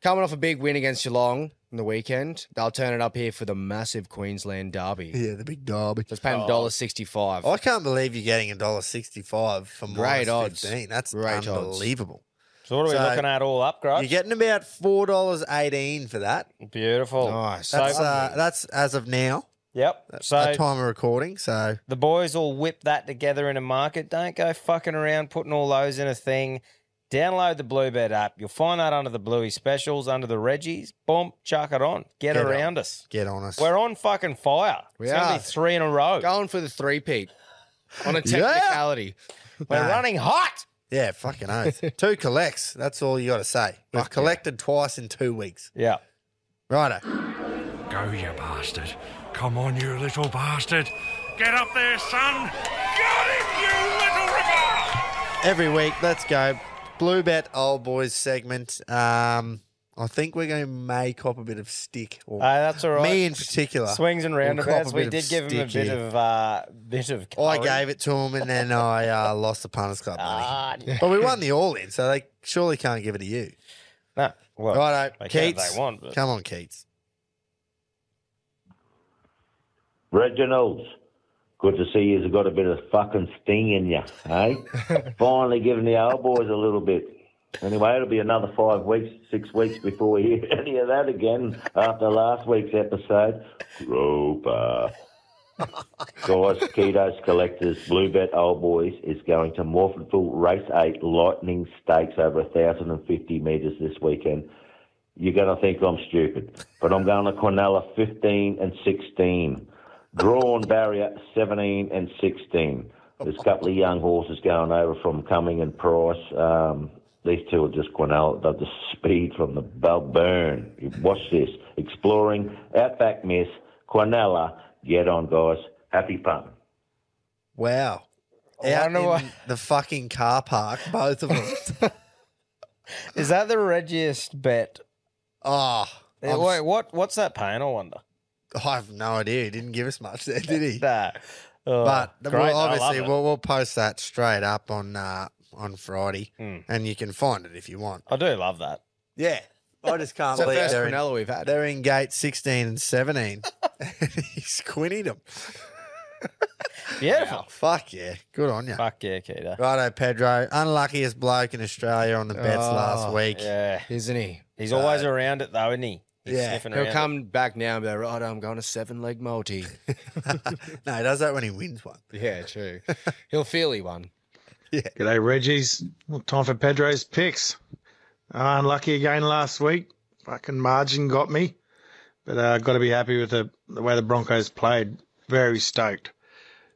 Coming off a big win against Geelong in the weekend. They'll turn it up here for the massive Queensland derby.
Yeah, the big derby.
Let's pay them $1.65.
Oh, I can't believe you're getting a dollar sixty-five for
Great
minus
odds.
fifteen. That's
Great odds.
unbelievable.
So what are we
So-
looking at all up, Grudge?
You're getting about four dollars eighteen for that.
Beautiful.
Oh, Nice.
So,
That's uh, that's as of now,
yep. So
at time of recording. So
the boys all whip that together in a market. Don't go fucking around putting all those in a thing. Download the Bluebird app. You'll find that under the Bluey specials, under the Reggie's. Boom, chuck it on. Get,
Get
around us.
get on us.
We're on fucking fire.
We
it's gonna
are.
be three in a row.
Going for the three-peat on a technicality.
We're running hot.
yeah, fucking
[laughs]
oath. Two collects. That's all you got to say. We've collected twice in two weeks.
Yeah.
Righto.
Go, you bastard. Come on, you little bastard. Get up there, son. Got him, you little ripper.
Every week, let's go. Blue bet old boys segment. Um, I think we're going to may cop a bit of stick. Or
Uh, that's all right.
Me in particular.
Uh, Swings and
will cop a
roundabouts.
bit
We
of
did give him a
stick
bit
here.
of uh, bit of.
I
curry.
gave it to him, and then I
[laughs]
uh, lost the punters club money.
Ah, [laughs]
But we won the all in, so they surely can't give it to you.
no. Well,
Righto,
they can if
Keats.
they want, but-
Come on, Keats.
Reginald, good to see you've got a bit of fucking sting in you, eh? Finally giving the old boys a little bit. Anyway, it'll be another five weeks, six weeks before we hear [laughs] any of that again after last week's episode. Groper. Guys, Ketos Collectors, Blue Bet Old Boys is going to Morphinville Race 8 Lightning Stakes over 1,050 metres this weekend you're going to think I'm stupid, but I'm going to Cornella 15 and 16. Drawn barrier 17 and 16. There's a couple of young horses going over from Cumming and Price. Um, these two are just Cornella. They're the speed from the Balburn. You Watch this. Exploring, Outback Miss, Cornella. Get on, guys. Happy pumping.
Wow. Out
wonder
in
why-
the fucking car park, both of
[laughs]
them.
Is that the reggiest bet?
oh,
Yeah,
I'm
wait, what? What's that paying? I wonder.
s- I have no idea. He didn't give us much there, did he?
Nah. Oh,
But
great, I
we'll
love
obviously,
it.
we'll, we'll post that straight up on uh, on Friday,
Hmm.
and you can find it if you want.
I do love that.
Yeah. I just can't
It's the
believe
first
they're in,
Cronulla we've had.
they're in gate 16 and 17. [laughs] He's quinnied them.
Beautiful.
Oh, Fuck yeah. Good on you.
Fuck yeah, Keto.
Righto, Pedro. Unluckiest bloke in Australia on the bets last week.
Oh, Yeah,
Isn't he?
he's always around it though, isn't he? He's
yeah.
sniffing
He'll
around
come back now and be like, right, I'm going to seven leg multi.
[laughs] No, he does that when he wins one.
[laughs] yeah, true. [laughs] He'll feel he won.
G'day, Reggie's. Well, time for Pedro's picks. Uh, unlucky again last week. Fucking margin got me. But uh, got to be happy with the, the way the Broncos played. Very stoked.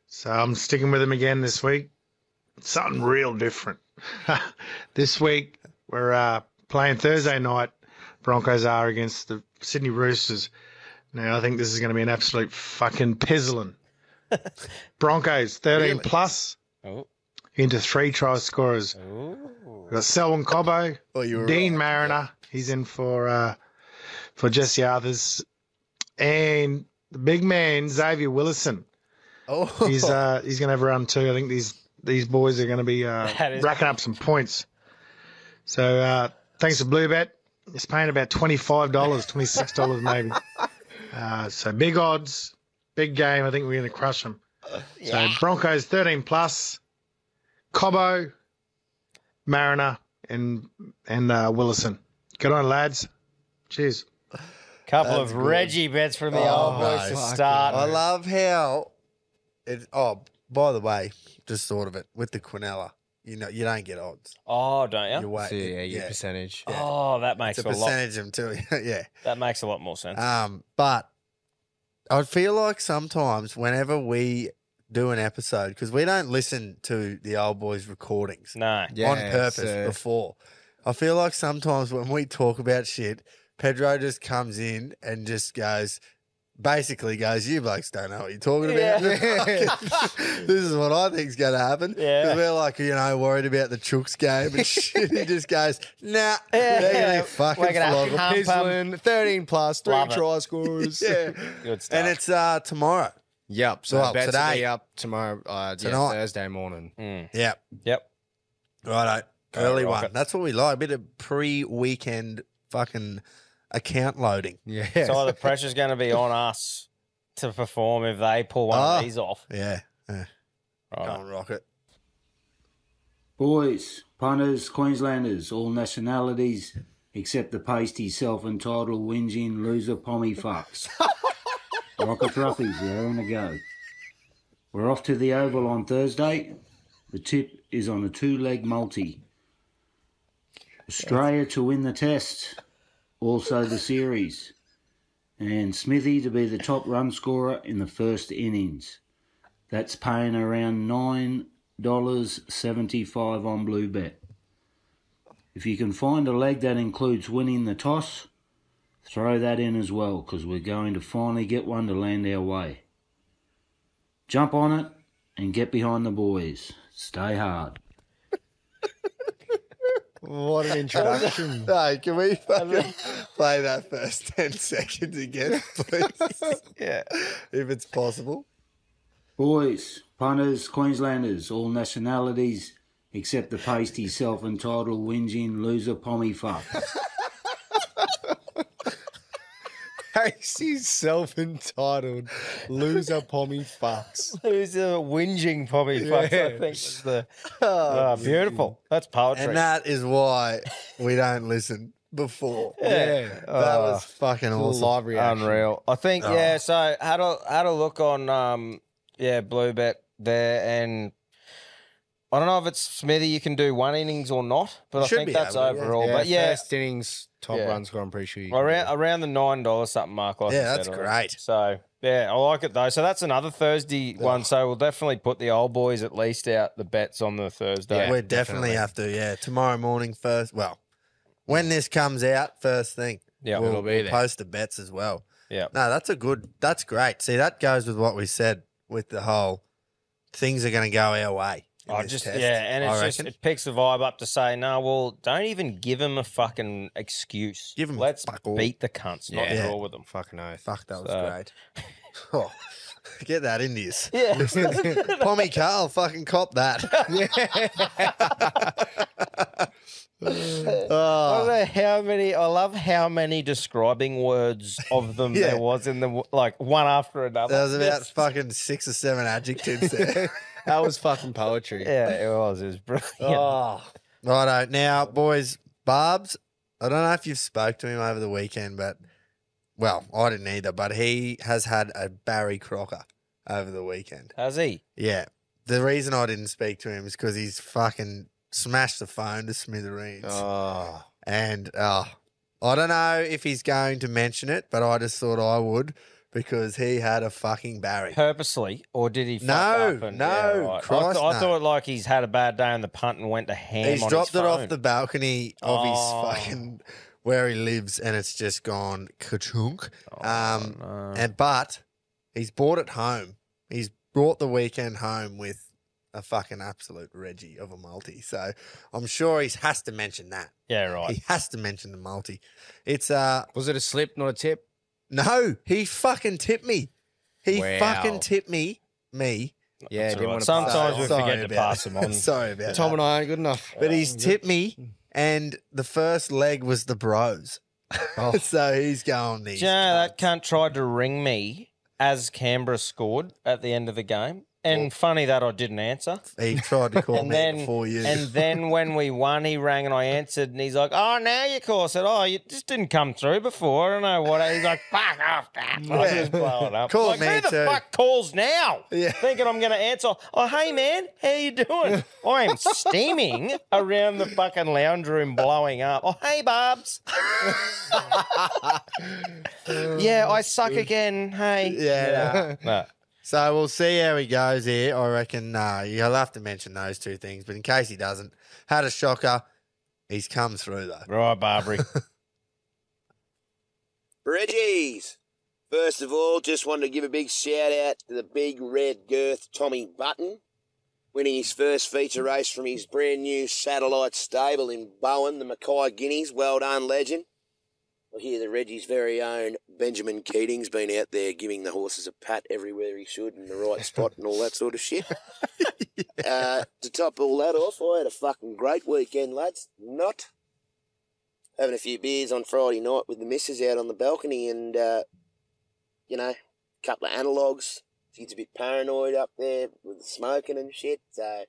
So I'm sticking with them again this week. Something real different. [laughs] this week, we're uh, playing Thursday night. Broncos are against the Sydney Roosters. Now, I think this is going to be an absolute fucking pizzling. Broncos, 13 plus
it. Oh,
into three try scorers. We've got Selwyn Cobbo,
Oh, you were
Dean Mariner. He's in for uh, for Jesse Arthurs. And the big man, Xavier Willison.
Oh. [laughs]
He's uh, he's going to have a run too. I think these these boys are going to be uh,
[laughs] That is-
racking up some points. So uh, thanks to Bluebet, it's paying about twenty five dollars, twenty six
[laughs]
dollars maybe. Uh, so big odds, big game. I think we're going to crush them. So Broncos thirteen plus, Cobbo, Mariner, and and uh, Willison. Good on lads. Cheers.
Couple of Reggie bets
Oh,
from oh, the old boys to start.
I love how it. Oh, by the way, just thought of it with the Quinella. You know, you don't get odds.
Oh, don't you?
Your weight,
So, yeah, your
percentage.
Oh, that makes
it's
a,
a percentage
lot.
of them too. [laughs] yeah.
That makes a lot more sense.
Um, but I feel like sometimes whenever we do an episode, because we don't listen to the old boys' recordings,
no,
on
Yeah,
purpose
uh,
so-
[laughs]
before. I feel like sometimes when we talk about shit, Pedro just comes in and just goes, basically goes, "You blokes don't know what you're talking about."
Yeah.
[laughs] this is what I think's going to happen.
Yeah.
'Cause we're like, you know, worried about the Chooks game and [laughs] shit. he just goes, "Nah,
Yeah.
they're
Yeah.
going to fucking
We're gonna
flog 'em."
hump 'em. Pizzling, 13
plus,
three
Love it.
try [laughs] scorers.
yeah,
good
stuff.
And it's uh, tomorrow.
Yep. So
Well,
bets today.
today.
up tomorrow. Uh, yeah,
Tonight.
Thursday morning.
Yep.
Mm. Yep.
Righto.
Go
Early
rock
one.
it.
That's what we like. A bit of pre-weekend fucking account loading.
Yeah.
So the pressure's going to be on us to perform if they pull one
Ah.
of these off.
Yeah. yeah.
Right.
Go on, Rocket.
Boys, punters, Queenslanders, all nationalities, except the pasty self entitled whinging loser pommy fucks. Rocket Roughies, they're on the go. We're off to the Oval on Thursday. The tip is on a two leg multi. Australia to win the test, also the series. And Smithy to be the top run scorer in the first innings. That's paying around nine dollars seventy-five on Blue Bet. If you can find a leg that includes winning the toss, throw that in as well, because we're going to finally get one to land our way. Jump on it and get behind the boys. Stay hard.
What an
introduction.
no, can we fucking [laughs] play that first [laughs] 10 seconds again, please? yeah. If it's possible.
Boys, punters, Queenslanders, all nationalities, except the pasty self entitled whinging loser pommy fuck.
Casey's self entitled loser pommy
[laughs]
fucks.
Who's a whinging pommy fucks? I
Yeah.
think was the Ah, beautiful. That's poetry.
And Oh, that is why we don't listen before. That
Oh.
was fucking awesome.
Unreal. I think,
Oh.
yeah, so had a had a look on um yeah, Blue Bet there and I don't know if it's Smithy you can do one innings or not, but I
Should
think
be
that's
able to, yeah.
overall.
Yeah,
but yeah,
first innings top
Yeah.
run score. I'm pretty sure. You can
around around the nine dollars something mark. Like I
Yeah,
said
that's
already.
great.
So yeah, I like it though. So that's another Thursday one. So we'll definitely put the old boys at least out the bets on the Thursday.
we definitely, have to, yeah. Tomorrow morning first. Well, when this comes out, first thing.
Yeah.
we'll,
It'll be
we'll
there.
post the bets as well.
Yeah.
No, that's a good. That's great. See, that goes with what we said with the whole things are going to go our way. in
I
this
just
test,
yeah, and it's
I
just
reckon.
it picks the vibe up to say no. Well, don't even give him a fucking excuse. Give him let's beat the cunts. Not
Yeah.
draw with them.
Fucking oath.
Fuck, that was
So-
great. [laughs] Oh, get that into you.
[laughs]
[laughs]
Yeah.
Pommy Carl fucking cop
[laughs]
that. [laughs]
I
Oh,
don't know how many. I love how many describing words of
[laughs]
them
Yeah.
there was in the w- like one after another.
There was about
Yes.
fucking six or seven adjectives there.
that was fucking
[laughs] [laughs]
poetry.
Yeah, it was. It was brilliant.
Oh. Righto. Now, boys, Barb's, I don't know if you've spoke to him over the weekend, but, well, I didn't either, but he has had a Barry Crocker over the weekend.
Has he?
Yeah. The reason I didn't speak to him is because he's fucking smashed the phone to smithereens. And uh, I don't know if he's going to mention it, but I just thought I would because he had a fucking Barry.
Purposely, or did he? Fuck
No,
up and,
no,
yeah, right. I,
Christ,
th- I
no.
thought like he's had a bad day on the punt and went to ham.
He's
on
dropped
his
it
phone.
off the balcony of
Oh.
his fucking where he lives, and it's just gone ka-chunk. um, and but he's brought it home. He's brought the weekend home with a fucking absolute Reggie of a multi. So I'm sure he has to mention that.
Yeah, right.
He has to mention the multi. It's uh
Was it a slip, not a tip?
No, he fucking tipped me. He
Wow.
fucking tipped me. Me.
Yeah,
That's
didn't
all
wanna
Sorry
pass it on.
about that. [laughs] Sorry about
Tom
that.
and I aren't good enough.
But
Um,
he's tipped me, and the first leg was the bros. [laughs] so he's going
Do
these.
you know that cunt tried to ring me as Canberra scored at the end of the game? And funny that I didn't answer.
He tried to call
[laughs] and
me
then,
before you. [laughs]
and then when we won, he rang and I answered, and he's like, "Oh, now you call." I said, "Oh, you just didn't come through before." I don't know what. He's like, "Fuck off, that." I was blowing up.
Called
like,
me
who the
too.
fuck calls now? Thinking I'm going to answer. Oh, hey man, how you doing? I am steaming around the fucking lounge room, blowing up. Oh, hey Barb's. yeah, I suck again. Hey.
Yeah.
Nah. Nah.
So we'll see how he goes here. I reckon uh, you'll have to mention those two things, but in case he doesn't, had a shocker. He's come through though.
Right, Barbary.
Reggie's. First of all, just wanted to give a big shout out to the big red girth Tommy Button, winning his first feature race from his brand new satellite stable in Bowen, the Mackay Guineas. Well done, legend. I hear the Reggie's very own Benjamin Keating's been out there giving the horses a pat everywhere he should in the right spot and all that sort of shit. uh, to top all that off, I had a fucking great weekend, lads. Not having a few beers on Friday night with the missus out on the balcony and, uh, you know, a couple of analogues. She gets a bit paranoid up there with the smoking and shit, so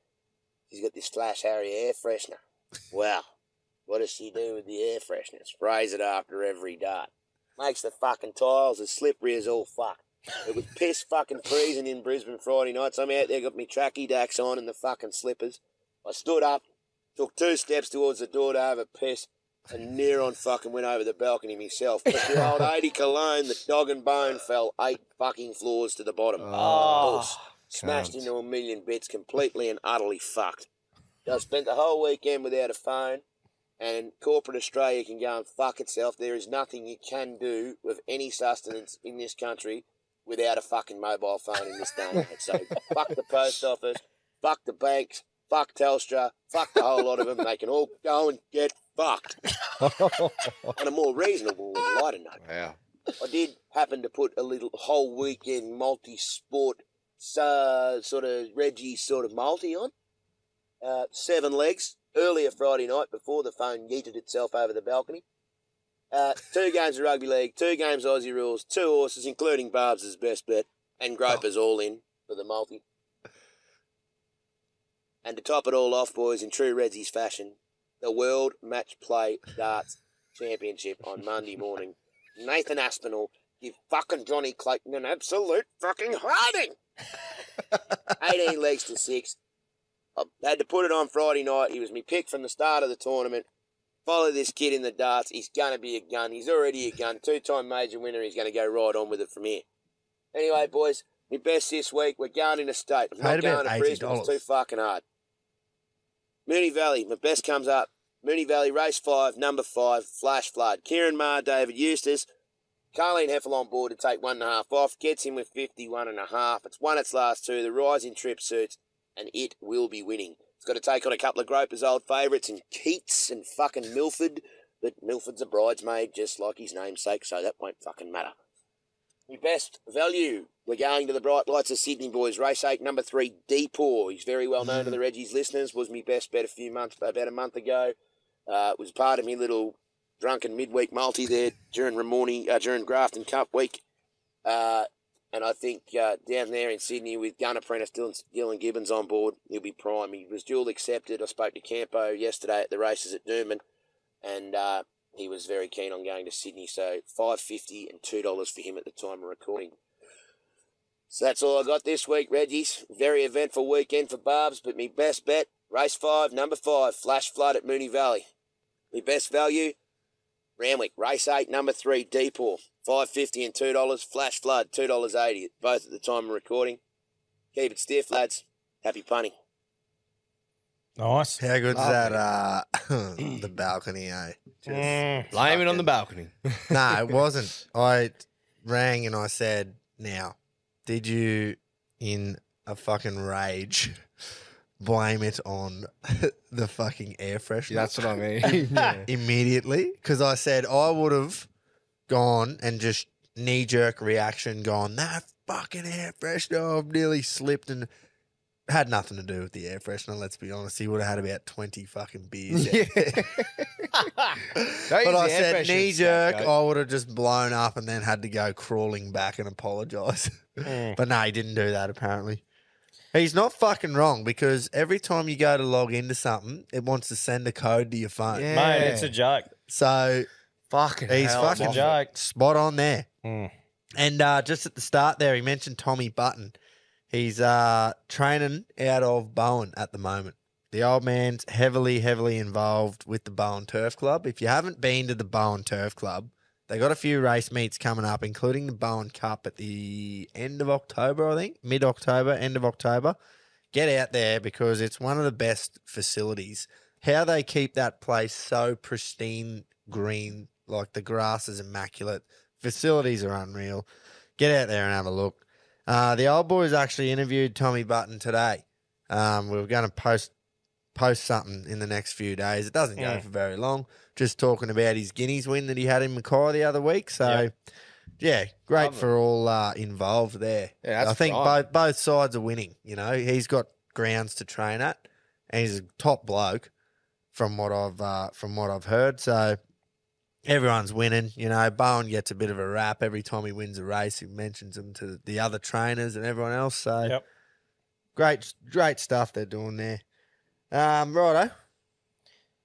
she's got this Flash Harry air freshener. Wow. What does she do with the air freshener? Sprays it after every dart. Makes the fucking tiles as slippery as all fuck. It was piss fucking freezing in Brisbane Friday nights. I'm out there, got me tracky dacks on and the fucking slippers. I stood up, took two steps towards the door to have a piss, and near on fucking went over the balcony myself. But the old 80 cologne, the dog and bone fell eight fucking floors to the bottom.
Oh,
Puss. smashed into a million bits, completely and utterly fucked. I spent the whole weekend without a phone, and corporate Australia can go and fuck itself. There is nothing you can do with any sustenance in this country without a fucking mobile phone in this day and age. So fuck the post office, fuck the banks, fuck Telstra, fuck the whole lot of them. They can all go and get fucked. On a more reasonable and lighter note,
Yeah.
I did happen to put a little whole weekend multi-sport uh, sort of Reggie sort of multi on. Uh, seven legs earlier Friday night before the phone yeeted itself over the balcony. Uh, two games of rugby league, two games Aussie rules, two horses, including Barb's as best bet, and Groper's all in for the multi. And to top it all off, boys, in true Redsies fashion, the World Match Play Darts Championship on Monday morning. Nathan Aspinall give fucking Johnny Clayton an absolute fucking hiding. 18 legs to six. I had to put it on Friday night. He was my pick from the start of the tournament. Follow this kid in the darts. He's going to be a gun. He's already a gun. Two time major winner. He's going to go right on with it from here. Anyway, boys, my best this week. We're going in a state. I'm not
Paid about
going to Brisbane. It's
$80.
too fucking hard. Mooney Valley, my best comes up. Mooney Valley, race five, number five, flash flood. Kieran Maher, David Eustace. Carlene Heffel on board to take one and a half off. Gets him with 51 and a half. It's won its last two. The rising trip suits, and it will be winning. It's got to take on a couple of Groper's old favourites in Keats and fucking Milford. But Milford's a bridesmaid, just like his namesake, so that won't fucking matter. We best value. We're going to the bright lights of Sydney boys. Race eight, number three, Deepaw. He's very well known to the Reggie's listeners. Was my best bet a few months, about a month ago. Uh, it was part of me little drunken midweek multi there during Ramorny, uh, during Grafton Cup week. Uh, and I think uh, down there in Sydney with Gun Apprentice Dylan, Dylan Gibbons on board, he'll be prime. He was dual accepted. I spoke to Campo yesterday at the races at Newman, and uh, he was very keen on going to Sydney. So five fifty and two dollars for him at the time of recording. So that's all I got this week, Reggie's. Very eventful weekend for Barb's, but me best bet, race five, number five, flash flood at Mooney Valley. Me best value, Ramwick, race eight, number three, Deepaw, five fifty and two dollars. Flash flood, two dollars eighty, both at the time of recording. Keep it stiff, lads. Happy punning.
Nice.
How good's
Lovely.
that? Uh, [clears throat]
[clears throat]
the balcony, eh?
Mm.
Blame it on the balcony.
no,
[laughs]
it wasn't. I rang and I said, "Now, did you in a fucking rage blame it on [laughs] the fucking air freshener.
[laughs] That's what I mean. Yeah.
Immediately, because I said I would have gone and just knee jerk reaction, gone that fucking air freshener. I've nearly slipped and had nothing to do with the air freshener. Let's be honest, he would have had about twenty fucking beers.
[laughs]
[laughs]
Yeah. Don't
but
use
I
the air
said
freshener
knee jerk. Oh,
scapegoat.
I would have just blown up and then had to go crawling back and apologize. [laughs]
Mm.
but no, he didn't do that. Apparently, he's not fucking wrong because every time you go to log into something, it wants to send a code to your phone.
Mate, it's a joke.
So
fucking
he's
hell,
fucking
it's a
spot on there.
Mm.
And uh, just at the start there, he mentioned Tommy Button. He's uh, training out of Bowen at the moment. The old man's heavily, heavily involved with the Bowen Turf Club. If you haven't been to the Bowen Turf Club, they got a few race meets coming up, including the Bowen Cup at the end of October, I think, mid October, end of October. Get out there because it's one of the best facilities. How they keep that place so pristine, green, like the grass is immaculate. Facilities are unreal. Get out there and have a look. Uh, the old boys actually interviewed Tommy Button today. Um, we were going to post post something in the next few days. It doesn't go
Yeah.
for very long. Just talking about his guineas win that he had in Mackay the other week. So, yeah, great for all uh, involved there.
Yeah, that's
I think
prime.
both both sides are winning. You know, he's got grounds to train at, and he's a top bloke from what I've uh, from what I've heard. So everyone's winning. You know, Bowen gets a bit of a rap every time he wins a race. He mentions him to the other trainers and everyone else. So great, great stuff they're doing there. Um, righto,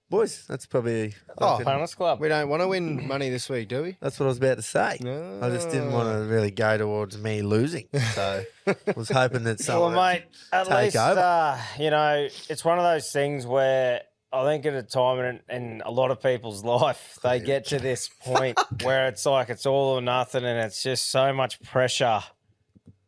boys. That's probably
Oh,
Club.
We don't want to win money this week, do we?
That's what I was about to say. I just didn't want to really go towards me losing. So was hoping that
Well,
someone
mate, at
take
least
over.
uh, you know it's one of those things where I think at a time in, in a lot of people's [laughs] life they get to
[laughs]
this point where it's like it's all or nothing, and it's just so much pressure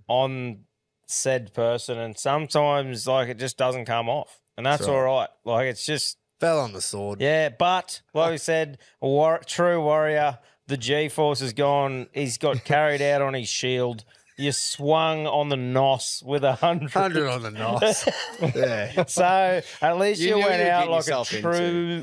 on said person, and sometimes like it just doesn't come off, and that's
That's
all
right.
right. Like it's just
fell on the sword.
Yeah, but like we said, a war- true warrior. The G force has gone. He's got
[laughs]
carried out on his shield. You swung on the nos with a hundred.
100 on the [laughs] nos. yeah.
[laughs] So at least
You
you,
knew you
went
were
out
getting
like a
yourself into.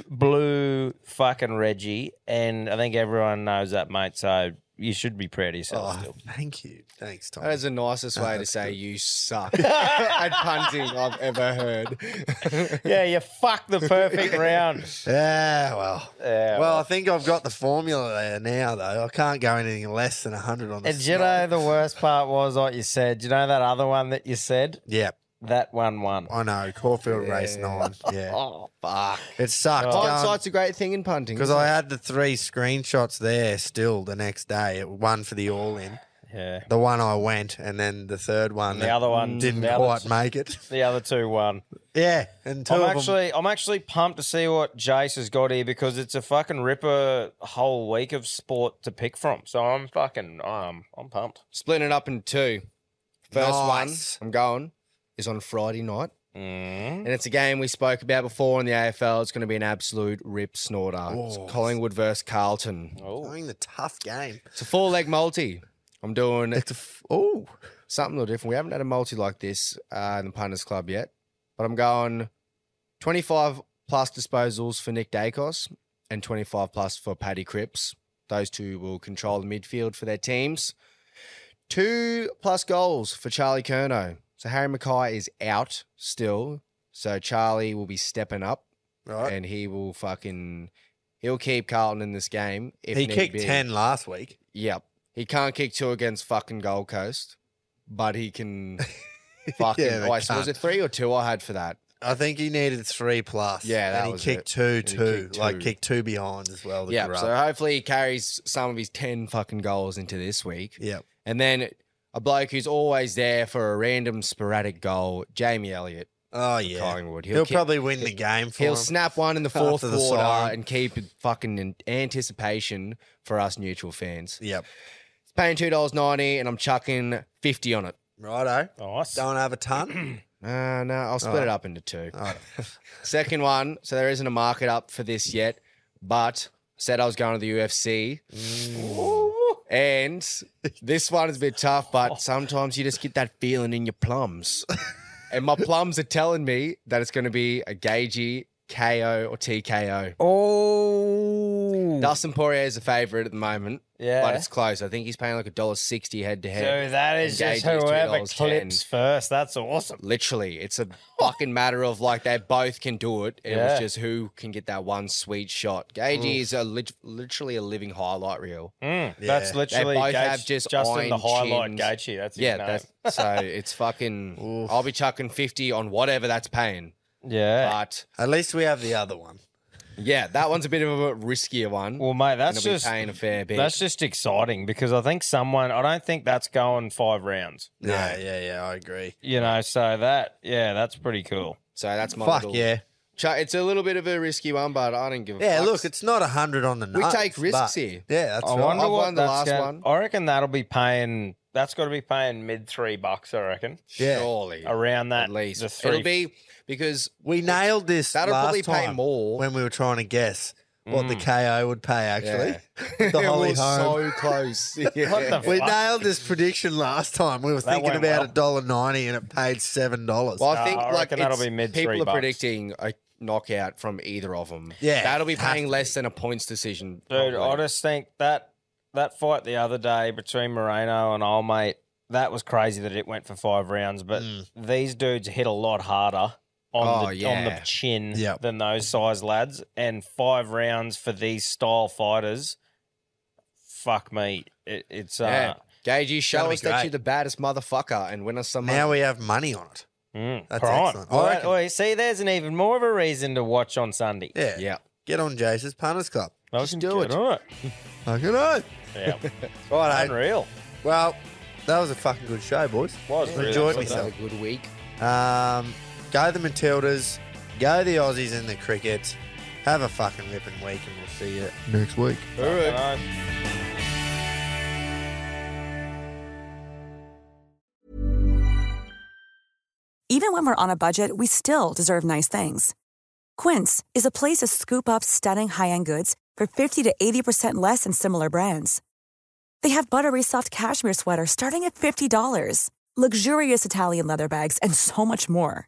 true blue fucking Reggie, and I think everyone knows that, mate. So you should be proud of yourself. still.
Oh, Thank you. Thanks, Tom.
That is the nicest way to say you suck
[laughs]
at punting I've
[laughs]
ever heard.
yeah, you fucked the perfect round.
Yeah, well.
Yeah,
well, I think I've got the formula there now, though. I can't go anything less than 100 on the
And do you know the worst part was like you said. Do you know that other one that you said?
Yeah.
That one won.
I know. Caulfield race nine. Yeah.
oh, fuck.
It sucked.
Hindsight's a great thing in punting.
Because
isn't
I
it?
had the three screenshots there still the next day. It- One for the all in.
Yeah.
The one I went, and then the third one.
And the
that
other one
didn't
the other
quite
t-
make it. [laughs]
The other two won.
Yeah, and two
I'm
of 'em-
actually I'm actually pumped to see what Jace has got here because it's a fucking ripper whole week of sport to pick from. So I'm fucking um I'm pumped.
Splitting it up in two. First
Nice.
one I'm going is on Friday night.
Mm.
And it's a game we spoke about before in the AFL. It's going to be an absolute rip snorter. It's
Oh.
Collingwood versus Carlton.
Oh.
Doing the tough game.
It's a four leg multi. I'm doing
it's a f- oh
something a little different. We haven't had a multi like this uh, in the punters club yet, but I'm going 25 plus disposals for Nick Dacos and 25 plus for Paddy Cripps. Those two will control the midfield for their teams. Two plus goals for Charlie Kerno. So Harry Mackay is out still. So Charlie will be stepping up,
Right.
and he will fucking he'll keep Carlton in this game. If
He
need
kicked
be.
10 last week. [laughs]
Yep. He can't kick two against fucking Gold Coast, but
[laughs]
he can fucking.
Yeah, they
wait, so was
can't.
it three or two I had for that?
I think he needed three plus.
Yeah, that
and he
was
kicked
it.
two,
He
two,
kicked
like
two.
kicked two behind as well.
Yeah. So uh, hopefully he carries some of his 10 fucking goals into this week.
yeah,
And then a bloke who's always there for a random sporadic goal, Jamie Elliott.
Oh, yeah.
Collingwood.
he'll,
kick-
probably win the game for
He'll
him.
snap one in the fourth
After the
quarter
siren.
and keep it fucking in anticipation for us neutral fans.
Yep.
It's paying two dollars ninety, and I'm chucking fifty on it.
Righto.
Nice.
Don't have a
[clears throat]
ton.
Uh, no, I'll split
Alright.
it up into two. [laughs] Second one, so there isn't a market up for this yet, but said I was going to the UFC.
Mm. Oh. [laughs]
And this one is a bit tough, but sometimes you just get that feeling in your plums. and my plums are telling me that it's going to be a Gagey KO or TKO.
Oh,
Dustin Poirier is a favorite at the moment.
Yeah.
but it's close. I think he's paying like a dollar sixty head to head.
So that is just whoever clips first. That's awesome.
Literally, it's a
[laughs]
fucking matter of like they both can do it. It
Yeah.
was just who can get that one sweet shot. Gagey
Oof.
is a lit- literally a living highlight reel.
Mm, That's
They
literally
both
Gage,
have just
Justin the
iron
highlight
chins.
Gaethje. That's his
yeah.
name.
that- so
[laughs]
it's fucking. I'll be chucking fifty on whatever that's paying.
Yeah.
But
at least we have the other one.
Yeah, that one's a bit of a riskier one.
Well, mate, that's
It'll be
just
paying a fair bit.
That's just exciting because I think someone. I don't think that's going five rounds.
Yeah, yeah, yeah. I agree.
You know, so that yeah, that's pretty cool.
So that's
my Fuck little- yeah.
It's a little bit of a risky one, but I don't give a
Yeah,
fuck.
look, it's not a hundred on the
We
nose.
take risks
but-
here.
Yeah, that's
I
right.
wonder
I've
what
won the
that's
last
gonna-
one.
I reckon that'll be paying. That's got to be paying mid three bucks. I reckon.
Yeah.
Surely.
around that.
At least
the three-
it'll be because
we nailed this.
That'll
last
probably pay
time
more.
when we were trying to guess what the
Mm.
KO would pay. Actually, With the
[laughs] It
Holly
was
Holm.
[laughs]
so close.
we nailed this prediction last time. We were
That
thinking
went
about a
well.
dollar ninety, and it paid seven dollars.
Well, I think like it's- people are predicting a knockout from either of them.
Yeah,
that'll be
has
paying less than a points decision.
Dude,
probably.
I just think that that fight the other day between Moreno and old mate, that was crazy that it went for five rounds. But these dudes hit a lot harder on
Oh,
the on the
yeah.
chin
Yep.
than those size lads, and five rounds for these style fighters. Fuck me, it, it's uh,
yeah. Gage, you show
That'll be
us that
great.
you're the baddest motherfucker and win us some.
now
money.
we have money on it. That's
hmm, prime.
excellent. I
Well,
reckon-
well, you see, there's an even more of a reason to watch on Sunday.
Yeah,
yeah.
Get on Jace's punters club.
Let's do it.
Fucking oath.
Yeah.
right,
Unreal.
Well, that was a fucking good show, boys.
Was really
enjoyed
good.
myself.
Have a good week.
Um, go the Matildas, go the Aussies and the cricket. Have a fucking ripping week, and we'll see you next week.
All right.
Even when we're on a budget, we still deserve nice things. Quince is a place to scoop up stunning high end goods for 50 to 80% less than similar brands. They have buttery soft cashmere sweaters starting at $50, luxurious Italian leather bags, and so much more.